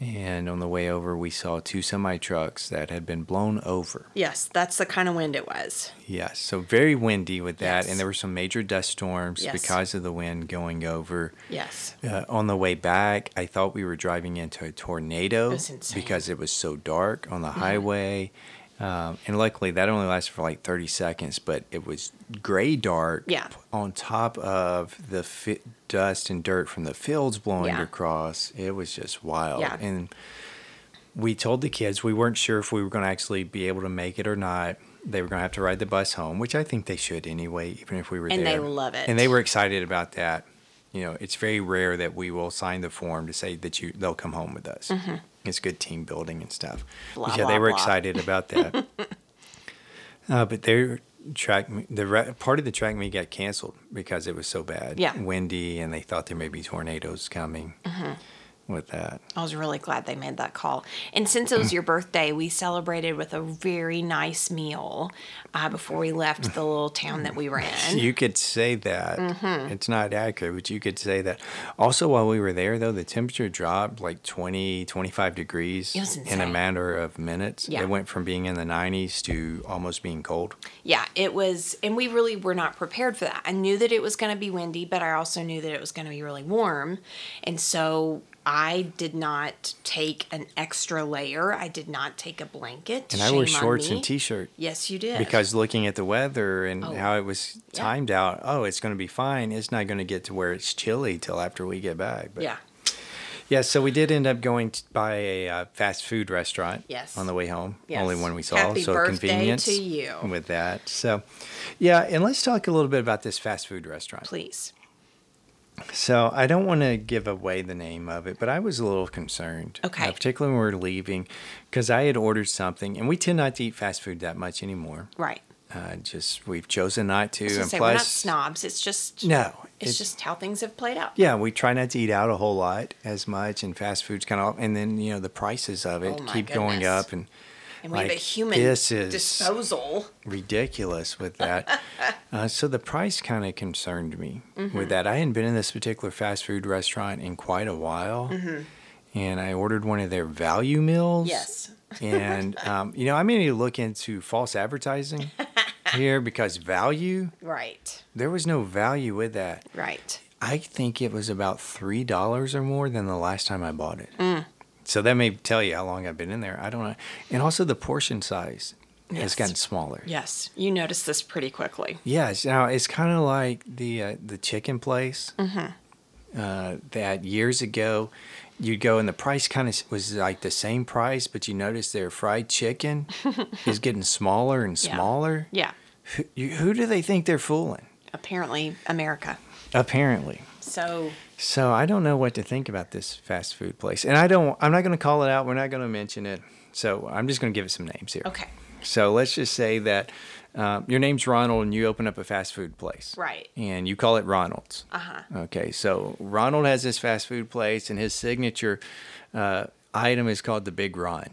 And on the way over, we saw two semi trucks that had been blown over.
Yes, that's the kind of wind it was.
Yes. So very windy with that.
Yes.
And there were some major dust storms
Yes.
because of the wind going over.
Yes.
Uh, on the way back, I thought we were driving into a tornado
That's insane.
because it was so dark on the highway. Um, and luckily, that only lasted for like 30 seconds, but it was gray dark
Yeah.
on top of the fi- dust and dirt from the fields blowing
Yeah.
across. It was just wild.
Yeah.
And we told the kids we weren't sure if we were going to actually be able to make it or not. They were going to have to ride the bus home, which I think they should anyway, even if we were
And they
there.
love it.
And they were excited about that. You know, it's very rare that we will sign the form to say that you they'll come home with us. It's good team building and stuff.
Mm-hmm. Blah,
yeah, they
blah,
were
blah.
excited about that. uh, but their track, me- the re- part of the track meet got canceled because it was so bad,
Yeah. Mm-hmm.
windy, and they thought there may be tornadoes coming with that.
I was really glad they made that call. And since it was your birthday, we celebrated with a very nice meal uh, before we left the little town that we were in.
You could say that.
Mm-hmm.
It's not accurate, but you could say that. Also, while we were there, though, the temperature dropped like 20, 25 degrees
It was
in a
insane.
matter of minutes.
Yeah.
It went from being in the 90s to almost being cold.
Yeah, it was, and we really were not prepared for that. I knew that it was going to be windy, but I also knew that it was going to be really warm. And so I did not take an extra layer. I did not take a blanket.
And I wore
Shame on
shorts
me.
and t shirt
Yes, you did.
because looking at the weather and
Oh.
how it was
Yeah.
timed out, oh, it's going to be fine. It's not going to get to where it's chilly till after we get back. But
yeah,
Yeah, so we did end up going t- by a uh, fast food restaurant.
Yes.
On the way home,
Yes.
only one we saw.
Happy
so
birthday
convenience
to you.
with that. So, yeah, and let's talk a little bit about this fast food restaurant.
please.
So I don't want to give away the name of it, but I was a little concerned.
Okay.
uh, particularly when we were leaving, because I had ordered something, and we tend not to eat fast food that much anymore.
Right.
Uh, just we've chosen not to,
I was
and
gonna say,
plus,
we're not snobs. It's just
no,
It's, just how things have played out.
yeah, we try not to eat out a whole lot as much, and fast food's kind of, and then you know the prices of it
Oh my
keep going
goodness.
up, and
and we have a
like,
human
this is-
disposal.
ridiculous with that. uh, so the price kind of concerned me
Mm-hmm.
with that. I hadn't been in this particular fast food restaurant in quite a while, and I ordered one of their value meals.
Mm-hmm. Yes.
and um, you know I may need to look into false advertising here because value
Right.
there was no value with that.
Right.
I think it was about three dollars or more than the last time I bought it.
Mm.
So that may tell you how long I've been in there. I don't know. And also the portion size has
Yes.
gotten smaller.
Yes, you noticed this pretty quickly.
Yes. Now it's kind of like the uh, the chicken place
Mm-hmm.
uh, that years ago you'd go and the price kind of was like the same price, but you notice their fried chicken is getting smaller and
Yeah.
smaller.
Yeah.
Who, you, who do they think they're fooling?
Apparently, America.
Apparently.
So
So I don't know what to think about this fast food place, and I don't. I'm not going to call it out. We're not going to mention it. So I'm just going to give it some names here.
Okay.
So let's just say that uh, your name's Ronald, and you open up a fast food place.
Right. Uh-huh.
And you call it Ronald's. Uh huh. Okay. So Ronald has this fast food place, and his signature uh, item is called the Big Ron.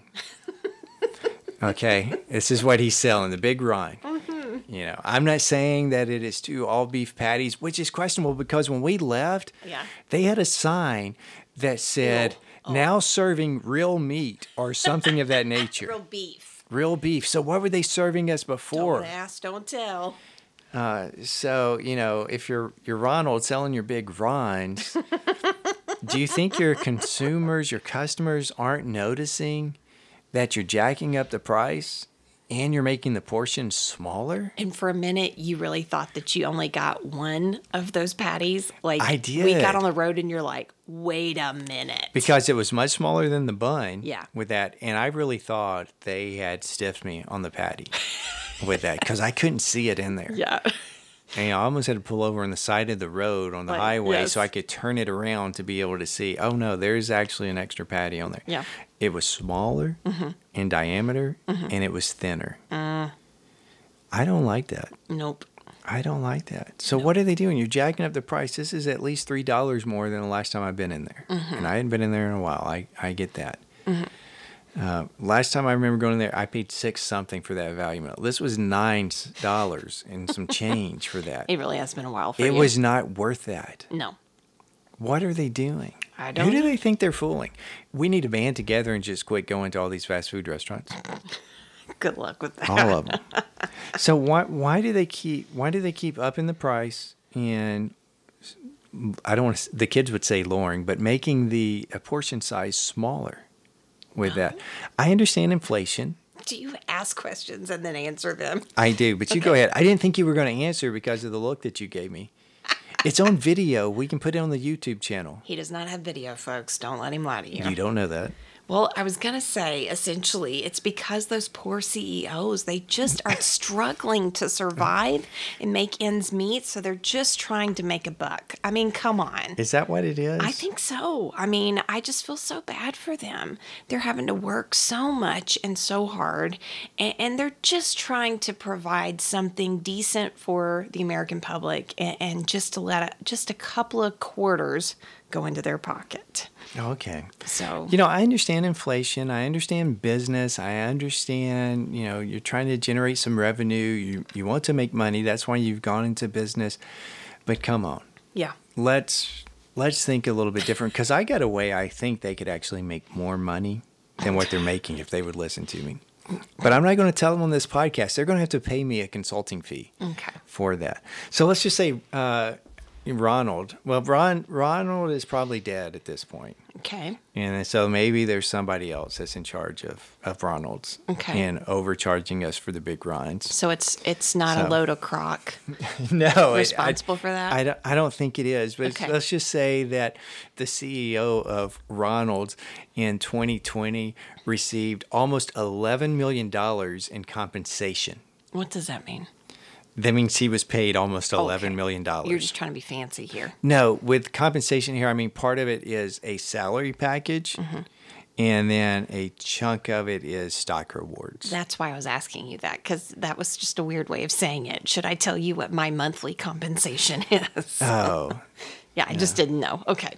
okay. This is what he's selling: the Big Ron.
Mm-hmm.
You know, I'm not saying that it is two all beef patties, which is questionable because when we left,
Yeah. Oh.
they had a sign that said, now serving real meat or something of that nature.
real
real,
beef.
beef. So, what were they serving us before?
Don't ask, don't tell.
So, you know, if you're, you're Ronald selling your big rinds, do you think your consumers, your customers aren't noticing that you're jacking up the price? and you're making the portion smaller.
And for a minute, you really thought that you only got one of those patties. Like
I
We
did.
got on the road, and you're like, "Wait a minute."
Because it was much smaller than the bun.
Yeah.
With that, and I really thought they had stiffed me on the patty with that because I couldn't see it in there.
yeah.
And I almost had to pull over on the side of the road on the
Like,
highway so
yes.
I could turn it around to be able to see, oh no, there's actually an extra patty on there.
Yeah. Mm-hmm.
It was smaller in diameter and it was thinner.
Mm.
I don't like that.
Nope.
I don't like that. So what are they doing? You're jacking up the price. This is at least three dollars more than the last time I've been in there,
Mm-hmm.
and I hadn't been in there in a while. I I get that.
Mm-hmm.
Uh, last time I remember going in there, I paid six something for that value meal. This was nine s- dollars and some change for that.
It really has been a while for
It
you.
was not worth that.
no.
What are they doing?
I don't
Who do
know.
they think they're fooling? We need to band together and just quit going to all these fast food restaurants.
Good luck with that.
all of them. So why why do they keep why do they keep upping the price and I don't want to, the kids would say lowering, but making the uh, portion size smaller with that.
Uh-huh.
I understand inflation.
Do you ask questions and then answer them?
I do, but you go ahead. I didn't think you were going to answer because of the look that you gave me. It's on video. We can put it on the YouTube channel.
He does not have video, folks. Don't let him lie to you.
You don't know that.
Well, I was going to say essentially it's because those poor CEOs, they just are struggling to survive and make ends meet. So they're just trying to make a buck. I mean, come on.
Is that what it is?
I think so. I mean, I just feel so bad for them. They're having to work so much and so hard, and, and they're just trying to provide something decent for the American public, and, and just to let a, just a couple of quarters go into their pocket.
Okay.
So
You know, I understand inflation. I understand business. I understand, you know, you're trying to generate some revenue. You, you want to make money. That's why you've gone into business. But come on,
yeah,
let's let's think a little bit different because I got a way I think they could actually make more money than what they're making if they would listen to me. But I'm not going to tell them on this podcast. They're going to have to pay me a consulting fee
Okay.
for that. So let's just say uh, Ronald. Well, Ron Ronald is probably dead at this point.
okay,
And so maybe there's somebody else that's in charge of, of Ronald's
Okay.
and overcharging us for the big runs.
so it's it's not
So-
a load of crock.
No, it- I-
Responsible for that?
I don't, I don't think it is. But
Okay.
let's just say that the CEO of Ronald's in 2020 received almost 11 million dollars in compensation.
What does that mean?
That means he was paid almost
Okay.
eleven million dollars.
You're just trying to be fancy here.
No, with compensation here, I mean part of it is a salary package,
Mm-hmm.
and then a chunk of it is stock rewards.
That's why I was asking you that because that was just a weird way of saying it. Should I tell you what my monthly compensation is?
Oh,
Yeah, I just didn't know. Okay,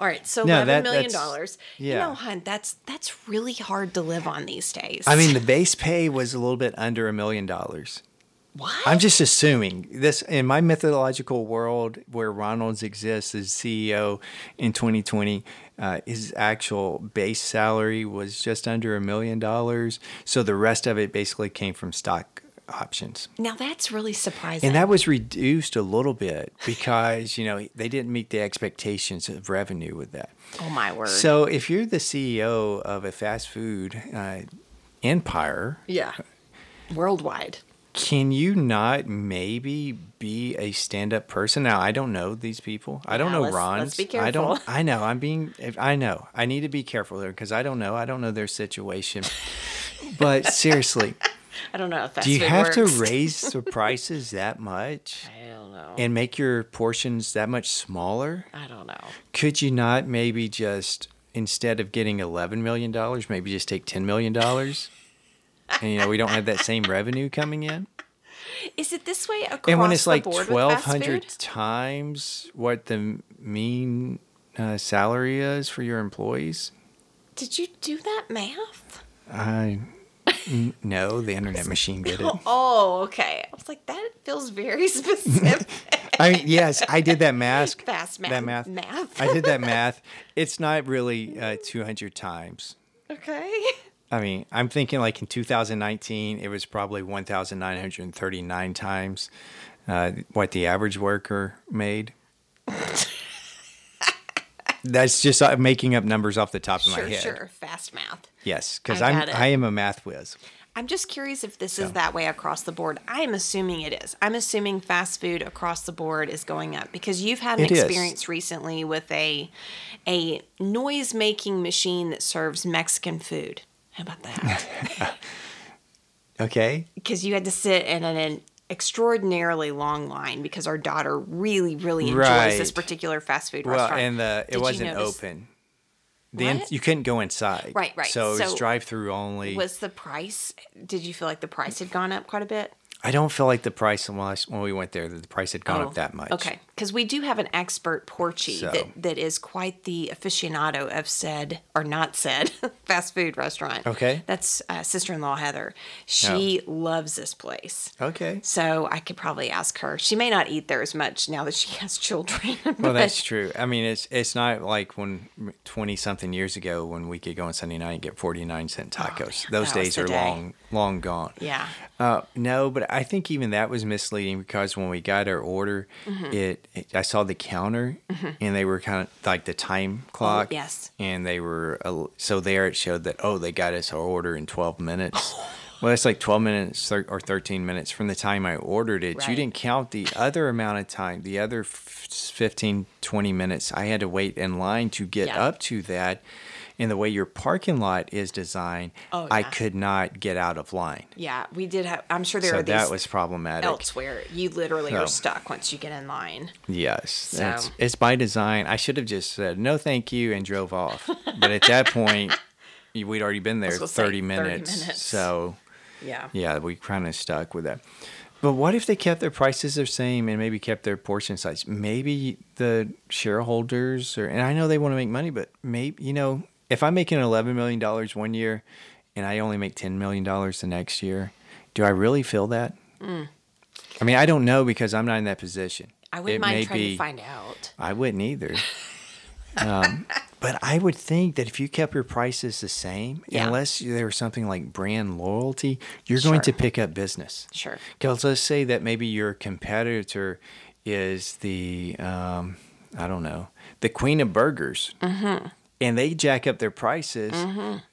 all right. So
No,
eleven
that-
million
that's-
dollars.
yeah.
You know, hon, that's that's really hard to live on these days.
I mean the base pay was a little bit under a million dollars.
what?
I'm just assuming this in my methodological world where Ronald's exists as CEO in 2020. Uh, his actual base salary was just under a million dollars, so the rest of it basically came from stock options.
now that's really surprising.
And that was reduced a little bit because, you know, they didn't meet the expectations of revenue with that.
oh my word.
So if you're the CEO of a fast food uh, empire,
yeah, worldwide.
can you not maybe be a stand-up person? Now I don't know these people. I don't
Yeah,
know
let's-
Ron's.
let's be
I don't.
careful.
I know. I'm being. I know. I need to be careful there because I don't know. I don't know their situation. but seriously,
I don't know if that's.
do you have to raise the prices that much?
I don't know.
and make your portions that much smaller?
I don't know.
Could you not maybe just instead of getting eleven million dollars, maybe just take ten million dollars? and you know, we don't have that same revenue coming in.
Is it this way across
And when it's
the
like
board with fast
twelve hundred
food?
times what the mean uh, salary is for your employees,
Did you do that math?
I n- no, the internet machine did it.
Oh, okay. I was like, that feels very specific.
I yes, I did that mask.
Fast math.
That math.
Math.
I did that math. It's not really uh, two hundred times.
okay.
I mean, I'm thinking like in 2019, it was probably 1,939 times uh, what the average worker made. That's just uh, making up numbers off the top of
Sure,
my head.
sure. Fast math.
Yes, because
I
I'm
got it.
I am a math whiz.
I'm just curious if this
Yeah.
is that way across the board. I am assuming it is. I'm assuming fast food across the board is going up because you've had an
It is.
experience recently with a a noise making machine that serves Mexican food. How about that?
Okay.
Because you had to sit in an, an extraordinarily long line because our daughter really, really enjoys this
Right.
particular fast food
Well,
restaurant.
and the it
Did you
wasn't
notice-
open. The in,
What?
you couldn't go inside.
Right, right.
So, it was
So
drive through only.
Was the price? Did you feel like the price had gone up quite a bit?
I don't feel like the price when, I, when we went there, that the price had gone
Oh,
up that much.
Okay, because we do have an expert Porchy
So.
that, that is quite the aficionado of said or not said fast food restaurant.
Okay. Oh.
that's uh, sister in law Heather. She loves this place.
Okay.
So I could probably ask her. She may not eat there as much now that she has children.
Well,
but-
that's true. I mean, it's it's not like when twenty something years ago when we could go on Sunday night and get forty nine cent tacos.
Oh, man,
Those
that was
days
the
are
day.
long long gone.
yeah.
Uh, no, but I think even that was misleading because when we got our order,
Mm-hmm.
it, it- I saw the counter and they were kind of like the time clock.
Oh, yes.
and they were a l- so there it showed that oh they got us our order in twelve minutes. well, it's like twelve minutes thir- or thirteen minutes from the time I ordered it. You
Right.
didn't count the other amount of time, the other f- 15, 20 minutes I had to wait in line to get
Yeah.
up to that. And the way your parking lot is designed,
Oh,
I
yeah.
could not get out of line
Yeah, we did have. I'm sure there
so
are these
that was problematic.
elsewhere. You literally
So.
are stuck once you get in line.
Yes, that's,
So.
it's by design. I should have just said no, thank you, and drove off. But at that point, you- we'd already been there
was gonna say,
30
30
minutes,
minutes.
So
Yeah.
yeah, we kind of stuck with that. But what if they kept their prices the same and maybe kept their portion size? Maybe the shareholders, or and I know they want to make money, but maybe you know, if I'm making 11 million dollars one year, and I only make 10 million dollars the next year, do I really feel that? I mean, I don't know because I'm not in that position.
Mm. I wouldn't
It may
mind trying
be-
to find out.
I wouldn't either. um, but I would think that if you kept your prices the same,
Yeah.
unless there was something like brand loyalty, you're going to
Sure.
pick up business.
Sure.
Because let's say that maybe your competitor is the, um, I don't know, the queen of burgers. And they jack up their prices.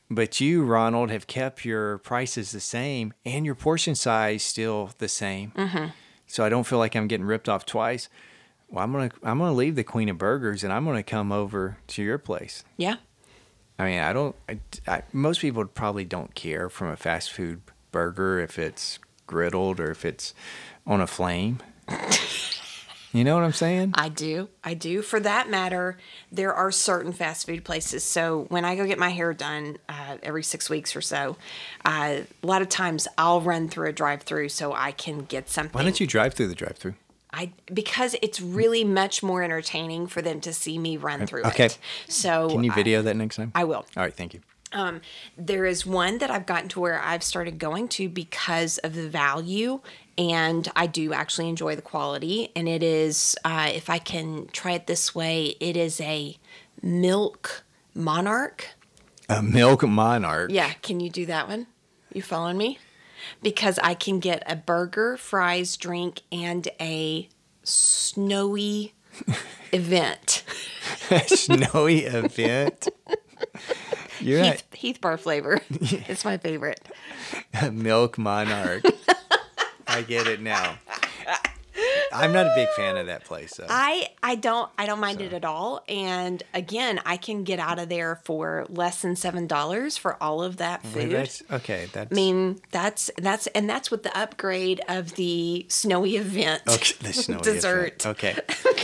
But you, Ronald, have kept your prices the same and your portion size still the same. So I don't feel like I'm getting ripped off twice. Well, I'm gonna I'm gonna leave the Queen of Burgers and I'm gonna come over to your place.
Yeah.
I mean, I don't. I, I- most people probably don't care from a fast food burger if it's griddled or if it's on a flame. you know what I'm saying?
I do. I do. For that matter, there are certain fast food places. So when I go get my hair done uh, every six weeks or so, uh, a lot of times I'll run through a drive-through so I can get something.
Why don't you drive through the drive-through?
I because it's really much more entertaining for them to see me run through
Okay.
it. So
Can you
Oh, I-
video that next time?
I will.
All right, thank you.
Um, there is one that I've gotten to where I've started going to because of the value, and I do actually enjoy the quality. And it is, uh, if I can try it this way, it is a milk monarch.
A milk monarch.
Yeah, can you do that one? You following me? Because I can get a burger, fries, drink, and a snowy event.
Snowy event. You're
Heath, Heath bar flavor. it's my favorite.
A milk monarch. I get it now. I'm not a big fan of that place. Though.
I I don't I don't mind it at all. And again, I can get out of there for less than seven dollars for all of that
Wait,
food.
that's okay. That's
I mean, that's that's and that's with the upgrade of the snowy event.
okay, the snowy Oh,
dessert.
effect. Okay.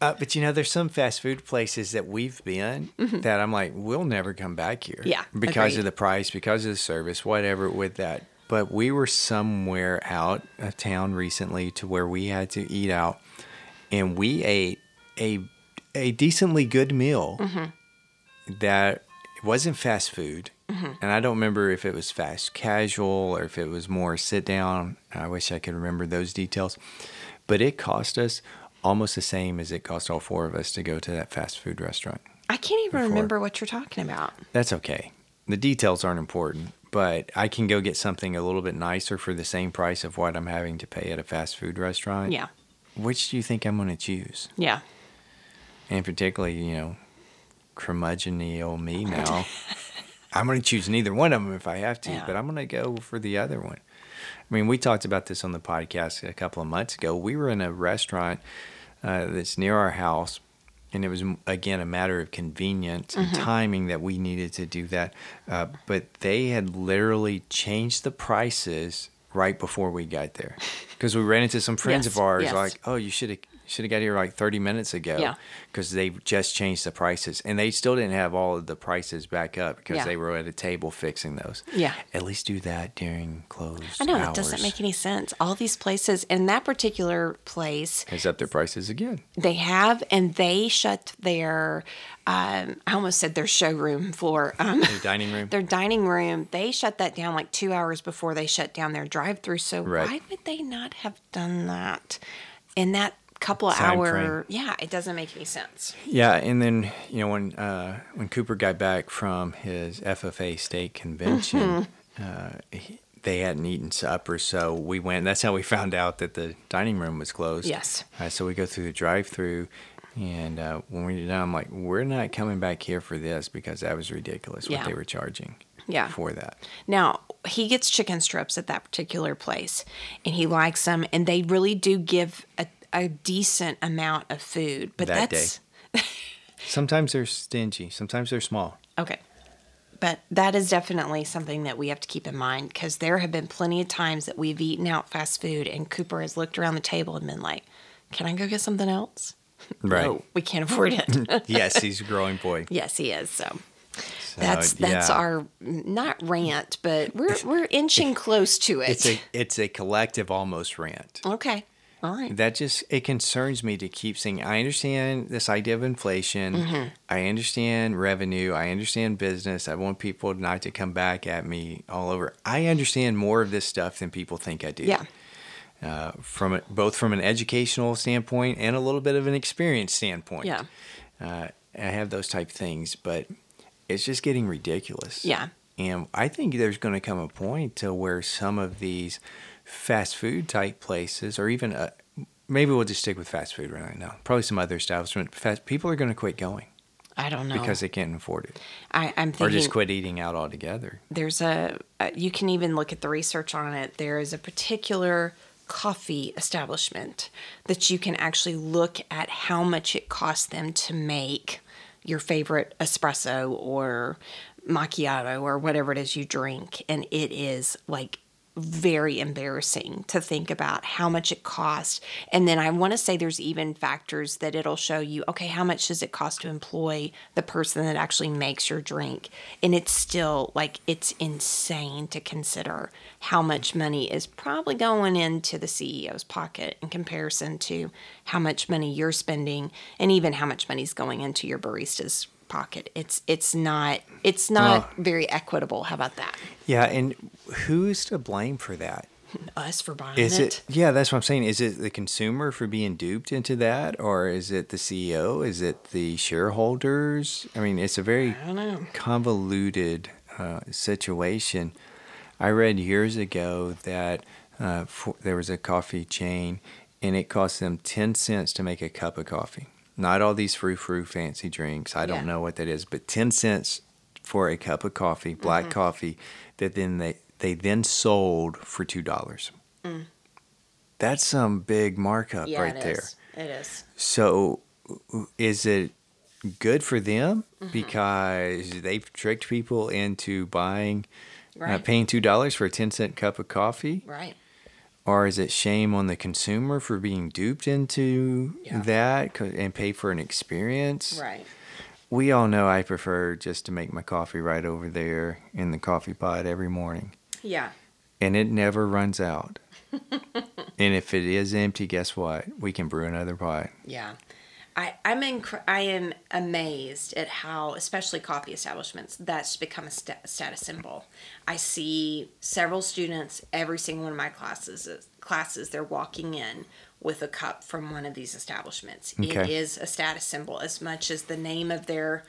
Uh, but you know, there's some fast food places that we've been that I'm like, we'll never come back here.
Mm-hmm. Yeah,
Because of
agreed.
the price, because of the service, whatever with that. But we were somewhere out of town recently to where we had to eat out and we ate a a decently good meal
Mm-hmm.
that it wasn't fast food. And I don't remember if it was fast casual or if it was more sit down. I wish I could remember those details. But it cost us almost the same as it cost all four of us to go to that fast food restaurant.
I can't even remember what you're talking about.
That's okay. The details aren't important, but I can go get something a little bit nicer for the same price of what I'm having to pay at a fast food restaurant.
Yeah.
Which do you think I'm going to choose?
Yeah.
and particularly you know curmudgeonly old me now I'm going to choose neither one of them if I have to,
Yeah.
but I'm going to go for the other one. I mean, we talked about this on the podcast a couple of months ago. We were in a restaurant uh, that's near our house, and it was, again, a matter of convenience and
Mm-hmm.
timing that we needed to do that. Uh, but they had literally changed the prices right before we got there because we ran into some friends
Yes,
of ours
yes.
like oh you should have should have got here like 30 minutes ago
Yeah.
because they just changed the prices and they still didn't have all of the prices back up because
Yeah.
they were at a table fixing those
Yeah.
at least do that during closed
I know it
hours.
doesn't make any sense. All these places, and that particular place,
has up their prices again
They have, and they shut their, um, I almost said their showroom floor, um,
the dining room
their dining room. They shut that down like two hours before they shut down their drive through. So
Right.
why would they not have done that in that couple of
Time
hour?
frame.
Yeah, it doesn't make any sense.
Yeah, and then you know when uh, when Cooper got back from his FFA state convention,
Mm-hmm.
uh, he, they hadn't eaten supper, so we went. That's how we found out that the dining room was closed.
Yes.
Uh, so we go through the drive-through, and uh, when we did, I'm like, we're not coming back here for this because that was ridiculous
Yeah.
what they were charging.
Yeah.
For that.
Now, he gets chicken strips at that particular place and he likes them, and they really do give a, a decent amount of food. But
That day.
that's
Sometimes they're stingy. Sometimes they're small.
Okay. But that is definitely something that we have to keep in mind because there have been plenty of times that we've eaten out fast food and Cooper has looked around the table and been like, Can I go get something else?
Right.
No, we can't afford it.
Oh. yes, he's a growing boy.
yes, he is. So that's
So,
that's
yeah.
our not rant, but we're we're inching close to it.
It's a it's a collective almost rant.
okay. All right.
that just it concerns me to keep saying i understand this idea of inflation i understand revenue i understand business i want people not to come back at me all over i understand more of this stuff than people think i do
Yeah.
uh, from a, both from an educational standpoint and a little bit of an experience standpoint
Yeah.
uh, i have those type things but it's just getting ridiculous
Yeah.
and I think there's going to come a point to where some of these fast food type places, or even uh maybe we'll just stick with fast food right now, probably some other establishment, fast, people are going to quit going
I don't know.
because they can't afford it,
I, I'm thinking
or just quit eating out altogether.
there's a, a you can even look at the research on it there is a particular coffee establishment that you can actually look at how much it costs them to make your favorite espresso or macchiato or whatever it is you drink and it is like very embarrassing to think about how much it costs. And then I want to say there's even factors that it'll show you, okay, how much does it cost to employ the person that actually makes your drink? And it's still like it's insane to consider how much money is probably going into the CEO's pocket in comparison to how much money you're spending and even how much money's going into your barista's pocket. It's it's not it's not very equitable. How about that?
Yeah, and who's to blame for that?
Us for buying
Is
it.
it? Yeah, that's what I'm saying. Is it the consumer for being duped into that, or is it the CEO? Is it the shareholders? I mean, it's a very
I don't know.
convoluted uh, situation. I read years ago that uh, for, there was a coffee chain, and it cost them ten cents to make a cup of coffee. Not all these frou frou fancy drinks. I don't
Yeah.
know what that is, but ten cents for a cup of coffee,
Mm-hmm.
black coffee, that then they they then sold for two dollars. That's some big markup right there.
Mm. It is.
So, is it good for them
Mm-hmm.
because they've tricked people into buying, uh,
Right.
paying two dollars for a ten cent cup of coffee,
Right.
or is it shame on the consumer for being duped into
Yeah.
that 'cause- and pay for an experience?
Right.
We all know I prefer just to make my coffee right over there in the coffee pot every morning,
Yeah.
and it never runs out. and if it is empty, guess what? We can brew another pot.
Yeah. I, I'm inc- I am amazed at how, especially coffee establishments, that's become a sta status symbol. I see several students every single one of my classes uh, classes they're walking in with a cup from one of these establishments. It
Okay.
is a status symbol as much as the name of their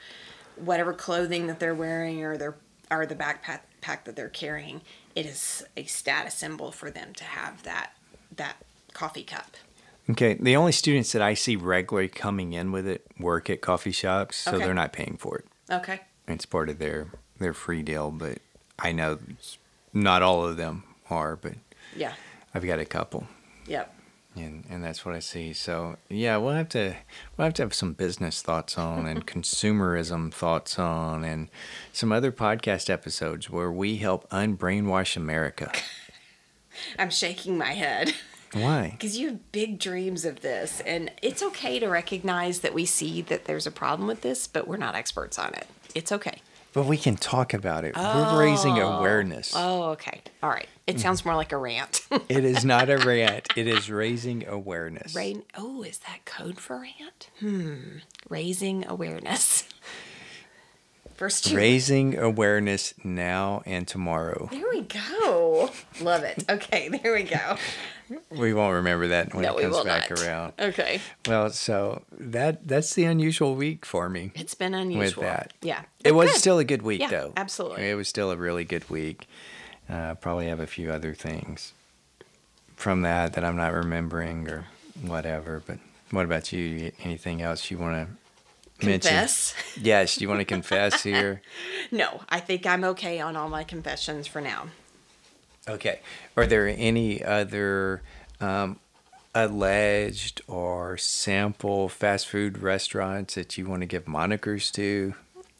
whatever clothing that they're wearing or their or the backpack pack that they're carrying. It is a status symbol for them to have that that coffee cup.
Okay. The only students that I see regularly coming in with it work at coffee shops, so
Okay.
they're not paying for it.
Okay.
It's part of their their free deal, but I know not all of them are, but
Yeah.
I've got a couple.
Yep.
And, and that's what I see. So yeah, we'll have to we'll have to have some business thoughts on and consumerism thoughts on and some other podcast episodes where we help unbrainwash America.
I'm shaking my head.
Why?
Because you have big dreams of this, and it's okay to recognize that we see that there's a problem with this, but we're not experts on it. It's okay.
But we can talk about it. We're raising awareness.
Oh, okay. All right.
Mm-hmm.
It sounds more like a rant.
It is not a rant. It is raising awareness.
Rain. Oh, is that code for rant? Hmm. Raising awareness. First two.
Raising awareness now and tomorrow.
there we go. Love it. Okay. There we go.
We won't remember that when
no,
it
we
comes
will
back
not.
around.
Okay.
Well, so that that's the unusual week for me.
It's been unusual.
that.
Yeah.
It was
Good.
still a good week,
Yeah,
though.
absolutely.
It was still a really good week. Uh, probably have a few other things from that that I'm not remembering or whatever. But what about you? You get Anything else you want to mention?
Confess?
Yes, you want to confess here?
No, I think I'm okay on all my confessions for now.
Okay. Are there any other um, alleged or sample fast food restaurants that you want to give monikers to?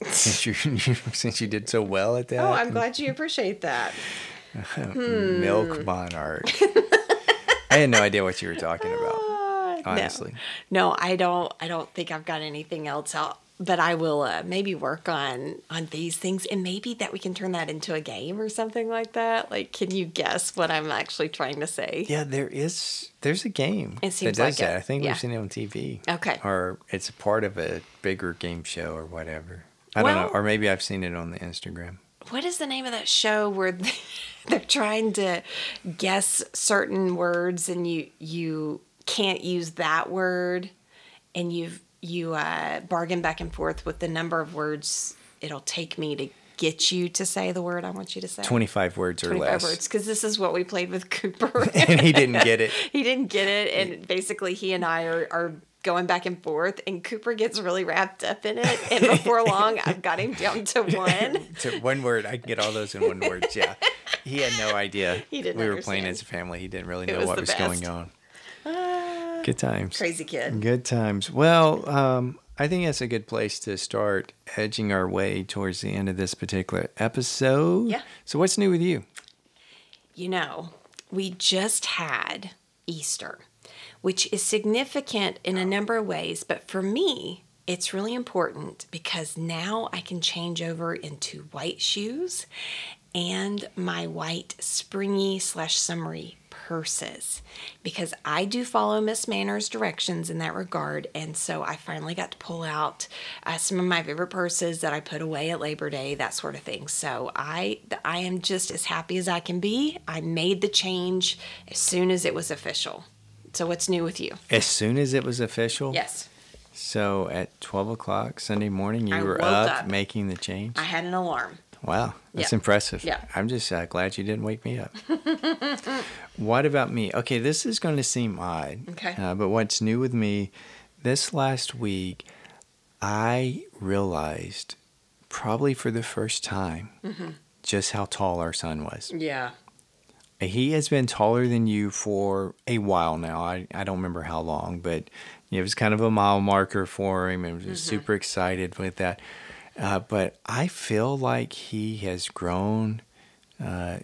since you since you did so well at that,
Oh, I'm glad you appreciate that.
Milk Monarch. I had no idea what you were talking about.
Uh, no.
Honestly.
no. I don't. I don't think I've got anything else out. But I will uh, maybe work on on these things, and maybe that we can turn that into a game or something like that. Like, can you guess what I'm actually trying to say?
Yeah, there is. There's a game
It seems
that does
like it.
that. I think
Yeah.
we've seen it on TV.
Okay.
Or it's a part of a bigger game show or whatever. I don't
Well-
know. Or maybe I've seen it on the Instagram.
What is the name of that show where they're trying to guess certain words, and you you can't use that word, and you you uh, bargain back and forth with the number of words it'll take me to get you to say the word I want you to say.
25 words or
25
less.
words because this is what we played with Cooper.
and he didn't get it.
he didn't get it, and basically he and I are, are going back and forth, and Cooper gets really wrapped up in it, and before long I've got him down to one.
To one word, I can get all those in one word. Yeah. He had no idea.
He didn't
We were playing
understand.
as a family. He didn't really know
was
what
the
was going
best. Ah,
on. Good times.
Crazy kid.
Good times. Well, um, I think that's a good place to start edging our way towards the end of this particular episode.
Yeah.
So, what's new with you?
You know, we just had Easter, which is significant in a number of ways, but for me, it's really important because now I can change over into white shoes and my white springy slash summery purses because I do follow Miss Manners' directions in that regard. And so I finally got to pull out uh, some of my favorite purses that I put away at Labor Day, that sort of thing. So I, I am just as happy as I can be. I made the change as soon as it was official. So what's new with you?
As soon as it was official.
Yes,
So, at 12 o'clock Sunday morning, you
I
were
woke
up,
up.
making the change.
I had an alarm.
Wow. That's
Yeah.
impressive.
Yeah.
I'm just uh, glad you didn't wake me up. what about me? Okay, this is going to seem odd.
Okay.
Uh, but what's new with me this last week, I realized probably for the first time
Mm-hmm.
just how tall our son was.
Yeah.
He has been taller than you for a while now. I, I don't remember how long, but it was kind of a mile marker for him and was super excited with that. Uh, but I feel like he has grown uh,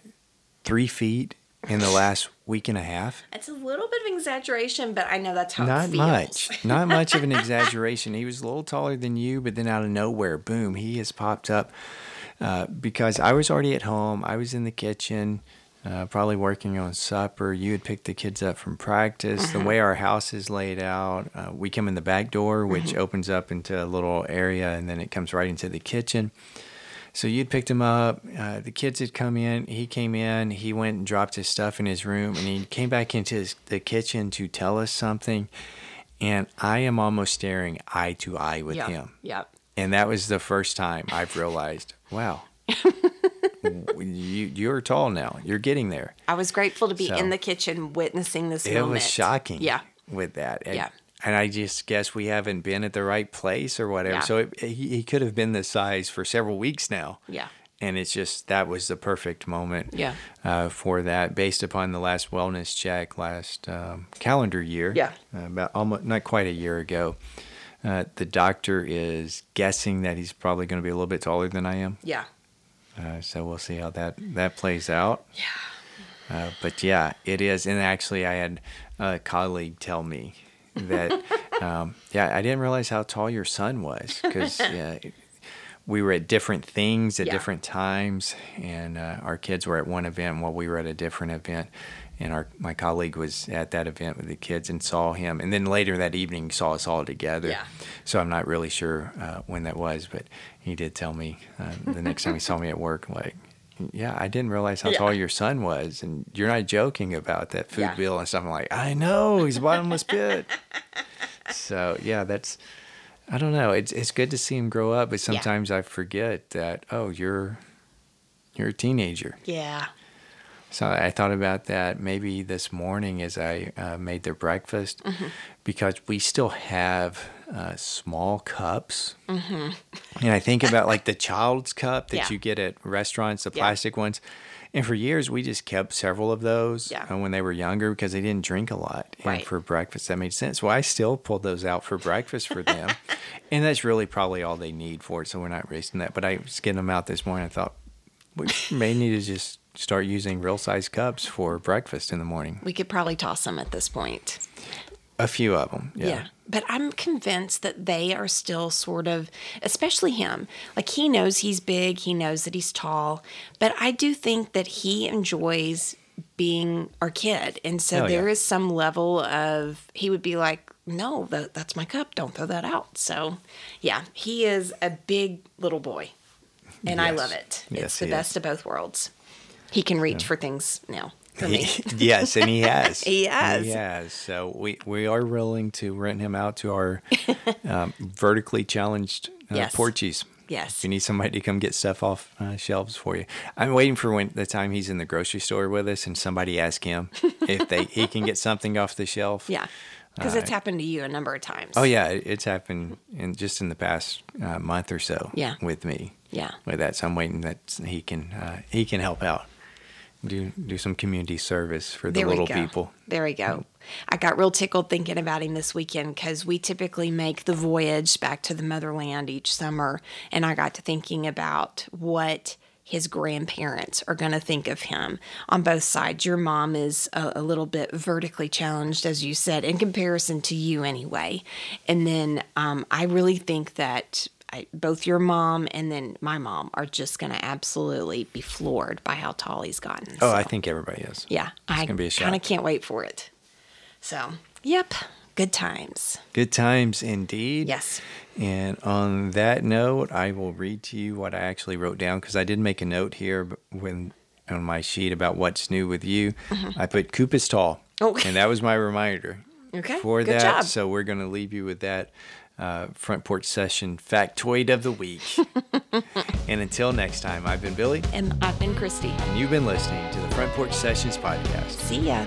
three feet in the last week and a half.
It's a little bit of exaggeration, but I know that's how
Not
it feels.
much. Not much of an exaggeration. He was a little taller than you, but then out of nowhere, boom, he has popped up. Uh, because I was already at home, I was in the kitchen, uh, probably working on supper. You had picked the kids up from practice.
Mm-hmm.
The way our house is laid out, uh, we come in the back door, which
Mm-hmm.
opens up into a little area, and then it comes right into the kitchen. So you'd picked him up. Uh, the kids had come in. He came in. He went and dropped his stuff in his room, and he came back into his, the kitchen to tell us something. And I am almost staring eye to eye with
Yeah.
him.
Yeah.
And that was the first time I've realized, wow, you you're tall now. You're getting there.
I was grateful to be
So-
in the kitchen witnessing this
It
moment.
was shocking.
Yeah.
With that. And,
Yeah.
And I just guess we haven't been at the right place or whatever.
Yeah.
So it, he, he could have been this size for several weeks now.
Yeah.
and it's just that was the perfect moment
Yeah.
uh, for that based upon the last wellness check last um, calendar year
Yeah.
uh, about almost not quite a year ago uh, the doctor is guessing that he's probably going to be a little bit taller than i am
Yeah.
uh, so we'll see how that that plays out yeah uh, but yeah it is and actually i had a colleague tell me that um, yeah i didn't realize how tall your son was because yeah, we were at different things at
Yeah.
different times, and uh, our kids were at one event while we were at a different event. And our my colleague was at that event with the kids and saw him, and then later that evening saw us all together.
Yeah.
So I'm not really sure uh, when that was, but he did tell me uh, the next time he saw me at work, like, yeah, I didn't realize how
Yeah.
tall your son was, and you're not joking about that food
Yeah.
bill and stuff. I'm like, I know he's a bottomless pit. so yeah, that's I don't know. It's it's good to see him grow up, but sometimes I forget that oh, you're you're a teenager.
Yeah.
So I thought about that maybe this morning as I uh, made their breakfast
Mm-hmm.
because we still have uh, small cups. And I think about like the child's cup that
Mm-hmm. Yeah.
you get at restaurants, the
Yeah.
plastic ones. And for years, we just kept several of those
Yeah.
uh, when they were younger because they didn't drink a lot. And
Right.
for breakfast, that made sense. Well, I still pulled those out for breakfast for them. and that's really probably all they need for it. So we're not wasting that. But I was getting them out this morning. I thought, we may need to just start using real size cups for breakfast in the morning.
We could probably toss them at this point.
A few of them. Yeah.
Yeah. But I'm convinced that they are still sort of, especially him. Like he knows he's big, he knows that he's tall, but I do think that he enjoys being our kid. And so
Hell yeah.
there is some level of, he would be like, no, that, that's my cup. Don't throw that out. So yeah, he is a big little boy. And I
Yes.
love it.
Yes,
it's the
he
best of both worlds. He can reach for things now for me.
yes, and he has.
He has.
He has. So we, we are willing to rent him out to our um, vertically challenged uh,
Yes.
Porchies. If
yes.
you need somebody to come get stuff off uh, shelves for you, I'm waiting for when the time he's in the grocery store with us and somebody ask him if they he can get something off the shelf.
Yeah. Because it's happened to you a number of times.
Oh yeah, it- it's happened in just in the past uh, month or so.
Yeah.
With me.
Yeah.
With that, so I'm waiting that he can uh, he can help out, do do some community service for the
There
little
we go.
people.
There we go. I got real tickled thinking about him this weekend because we typically make the voyage back to the motherland each summer. And I got to thinking about what his grandparents are going to think of him on both sides. Your mom is a, a little bit vertically challenged, as you said, in comparison to you, anyway. And then um, I really think that. I, both your mom and then my mom are just going to absolutely be floored by how tall he's gotten.
Oh, I think everybody is.
Yeah, I
gonna be a
kind of
shock.
can't wait for it. So, yep, good times.
Good times indeed.
Yes.
And on that note, I will read to you what I actually wrote down because I did make a note here b- when on my sheet about what's new with you. I put Coop is tall.
Mm-hmm. Oh.
And that was my reminder.
Okay,
For
good
that.
job.
So we're going to leave you with that uh, front porch session factoid of the week. and until next time, I've been Billy,
And I've been Christy.
and you've been listening to the Front Porch Sessions podcast.
See ya.